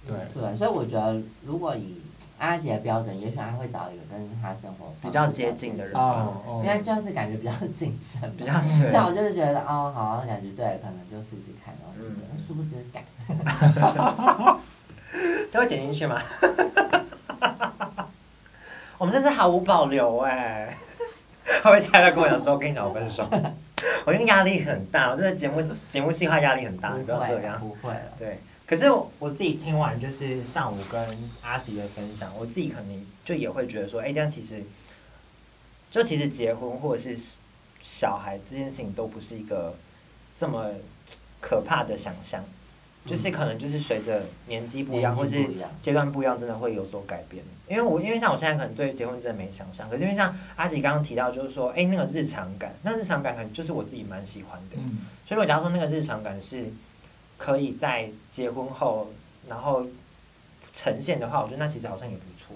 [SPEAKER 3] 对，
[SPEAKER 1] 对，所以我觉得如果以阿杰的标准，也许他会找一个跟他生活
[SPEAKER 2] 比较接近的人，
[SPEAKER 3] 哦
[SPEAKER 1] 因
[SPEAKER 3] 哦，
[SPEAKER 1] 为就是感觉比较谨慎。
[SPEAKER 2] 比较水。
[SPEAKER 1] 像我就是觉得哦，好，感觉对，可能就试试看，然后什么
[SPEAKER 2] 嗯
[SPEAKER 1] 的，殊不知改。
[SPEAKER 2] 这会剪进去吗？ 我们这是毫无保留哎、他会下来跟我讲说，我跟你讲，我分手。我跟你压力很大，我这个节目节目计划压力很大，你不啊
[SPEAKER 1] 不
[SPEAKER 2] 要
[SPEAKER 1] 会
[SPEAKER 2] 这
[SPEAKER 1] 了，
[SPEAKER 2] 样。
[SPEAKER 1] 不会了。
[SPEAKER 2] 对，可是我自己听完就是上午跟阿吉的分享，我自己可能就也会觉得说，哎、这样其实，就其实结婚或者是小孩这件事情都不是一个这么可怕的想象，就是可能就是随着年纪不一样，或
[SPEAKER 1] 年纪
[SPEAKER 2] 是
[SPEAKER 1] 不一样
[SPEAKER 2] 阶段不一样，真的会有所改变。因为我因为像我现在可能对结婚真的没想象，可是因为像阿吉刚刚提到，就是说，哎、那个日常感，那日常感可能就是我自己蛮喜欢的。
[SPEAKER 3] 嗯，
[SPEAKER 2] 所以我假如说那个日常感是可以在结婚后然后呈现的话，我觉得那其实好像也不错，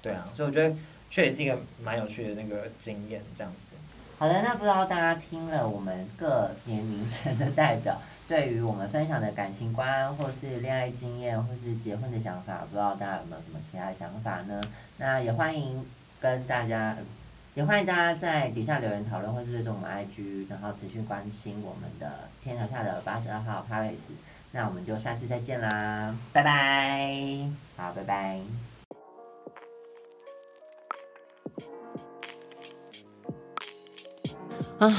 [SPEAKER 2] 对啊，所以我觉得确实是一个蛮有趣的那个经验，这样子。
[SPEAKER 1] 好的，那不知道大家听了我们各年龄层的代表 对于我们分享的感情观，或是恋爱经验，或是结婚的想法，不知道大家有没有什么其他的想法呢？那也欢迎跟大家，呃也欢迎大家在底下留言讨论，或是追踪我们 IG，然后持续关心我们的天桥下的八十二号 Paris。那我们就下次再见啦，
[SPEAKER 2] 拜拜。
[SPEAKER 1] 好，拜拜。啊，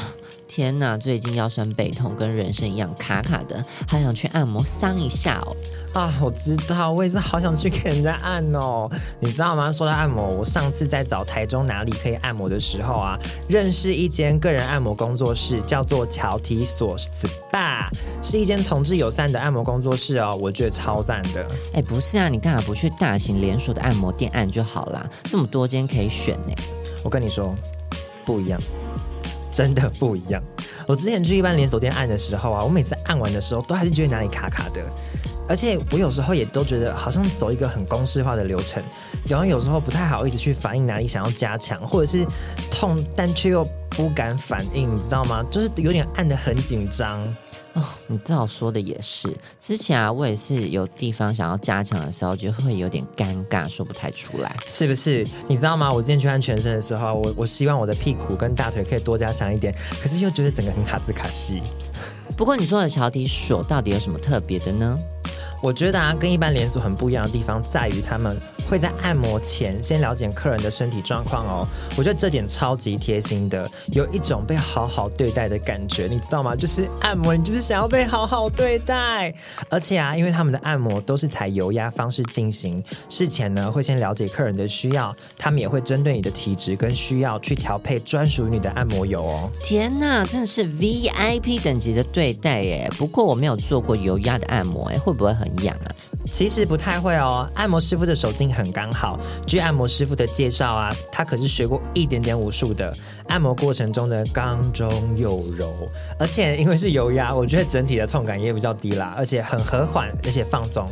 [SPEAKER 1] 天哪！最近腰酸背痛，跟人生一样卡卡的，还想去按摩桑一下哦。
[SPEAKER 2] 啊，我知道，我也是好想去给人家按哦。你知道吗？说到按摩，我上次在找台中哪里可以按摩的时候啊，认识一间个人按摩工作室，叫做乔提索 SPA，是一间同志友善的按摩工作室哦，我觉得超赞的。
[SPEAKER 1] 哎，不是啊，你干嘛不去大型连锁的按摩店按就好啦？这么多间可以选呢。
[SPEAKER 2] 我跟你说，不一样，真的不一样。我之前去一般连锁店按的时候啊，我每次按完的时候都还是觉得哪里卡卡的，而且我有时候也都觉得好像走一个很公式化的流程，然后有时候不太好意思去反映哪里想要加强，或者是痛但却又不敢反应，你知道吗？就是有点按的很紧张。
[SPEAKER 1] 哦，你这样说的也是。之前啊，我也是有地方想要加强的时候，就会有点尴尬，说不太出来。
[SPEAKER 2] 是不是？你知道吗？我之前去按全身的时候，啊我我希望我的屁股跟大腿可以多加强一点，可是又觉得整个很卡兹卡西。
[SPEAKER 1] 不过你说的桥底锁到底有什么特别的呢？
[SPEAKER 2] 我觉得啊，跟一般连锁很不一样的地方在于，他们会在按摩前先了解客人的身体状况哦。我觉得这点超级贴心的，有一种被好好对待的感觉，你知道吗？就是按摩，你就是想要被好好对待。而且啊，因为他们的按摩都是采油压方式进行，事前呢会先了解客人的需要，他们也会针对你的体质跟需要去调配专属于你的按摩油哦。
[SPEAKER 1] 天呐，真的是 VIP 等级的对待耶！不过我没有做过油压的按摩，哎，会不会很痒啊？
[SPEAKER 2] 其实不太会哦，按摩师傅的手劲很刚好。据按摩师傅的介绍啊，他可是学过一点点武术的。按摩过程中呢，刚中有柔，而且因为是油压，我觉得整体的痛感也比较低啦，而且很和缓，而且放松。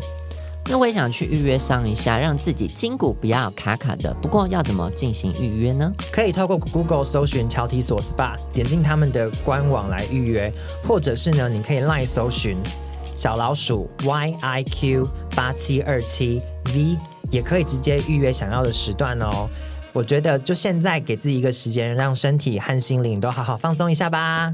[SPEAKER 1] 那我也想去预约上一下，让自己筋骨不要卡卡的。不过要怎么进行预约呢？
[SPEAKER 2] 可以透过 Google 搜寻乔体所 SPA，点进他们的官网来预约，或者是呢，你可以 LINE 搜寻小老鼠 YIQ 八七二七 V，也可以直接预约想要的时段哦。我觉得就现在给自己一个时间，让身体和心灵都好好放松一下吧。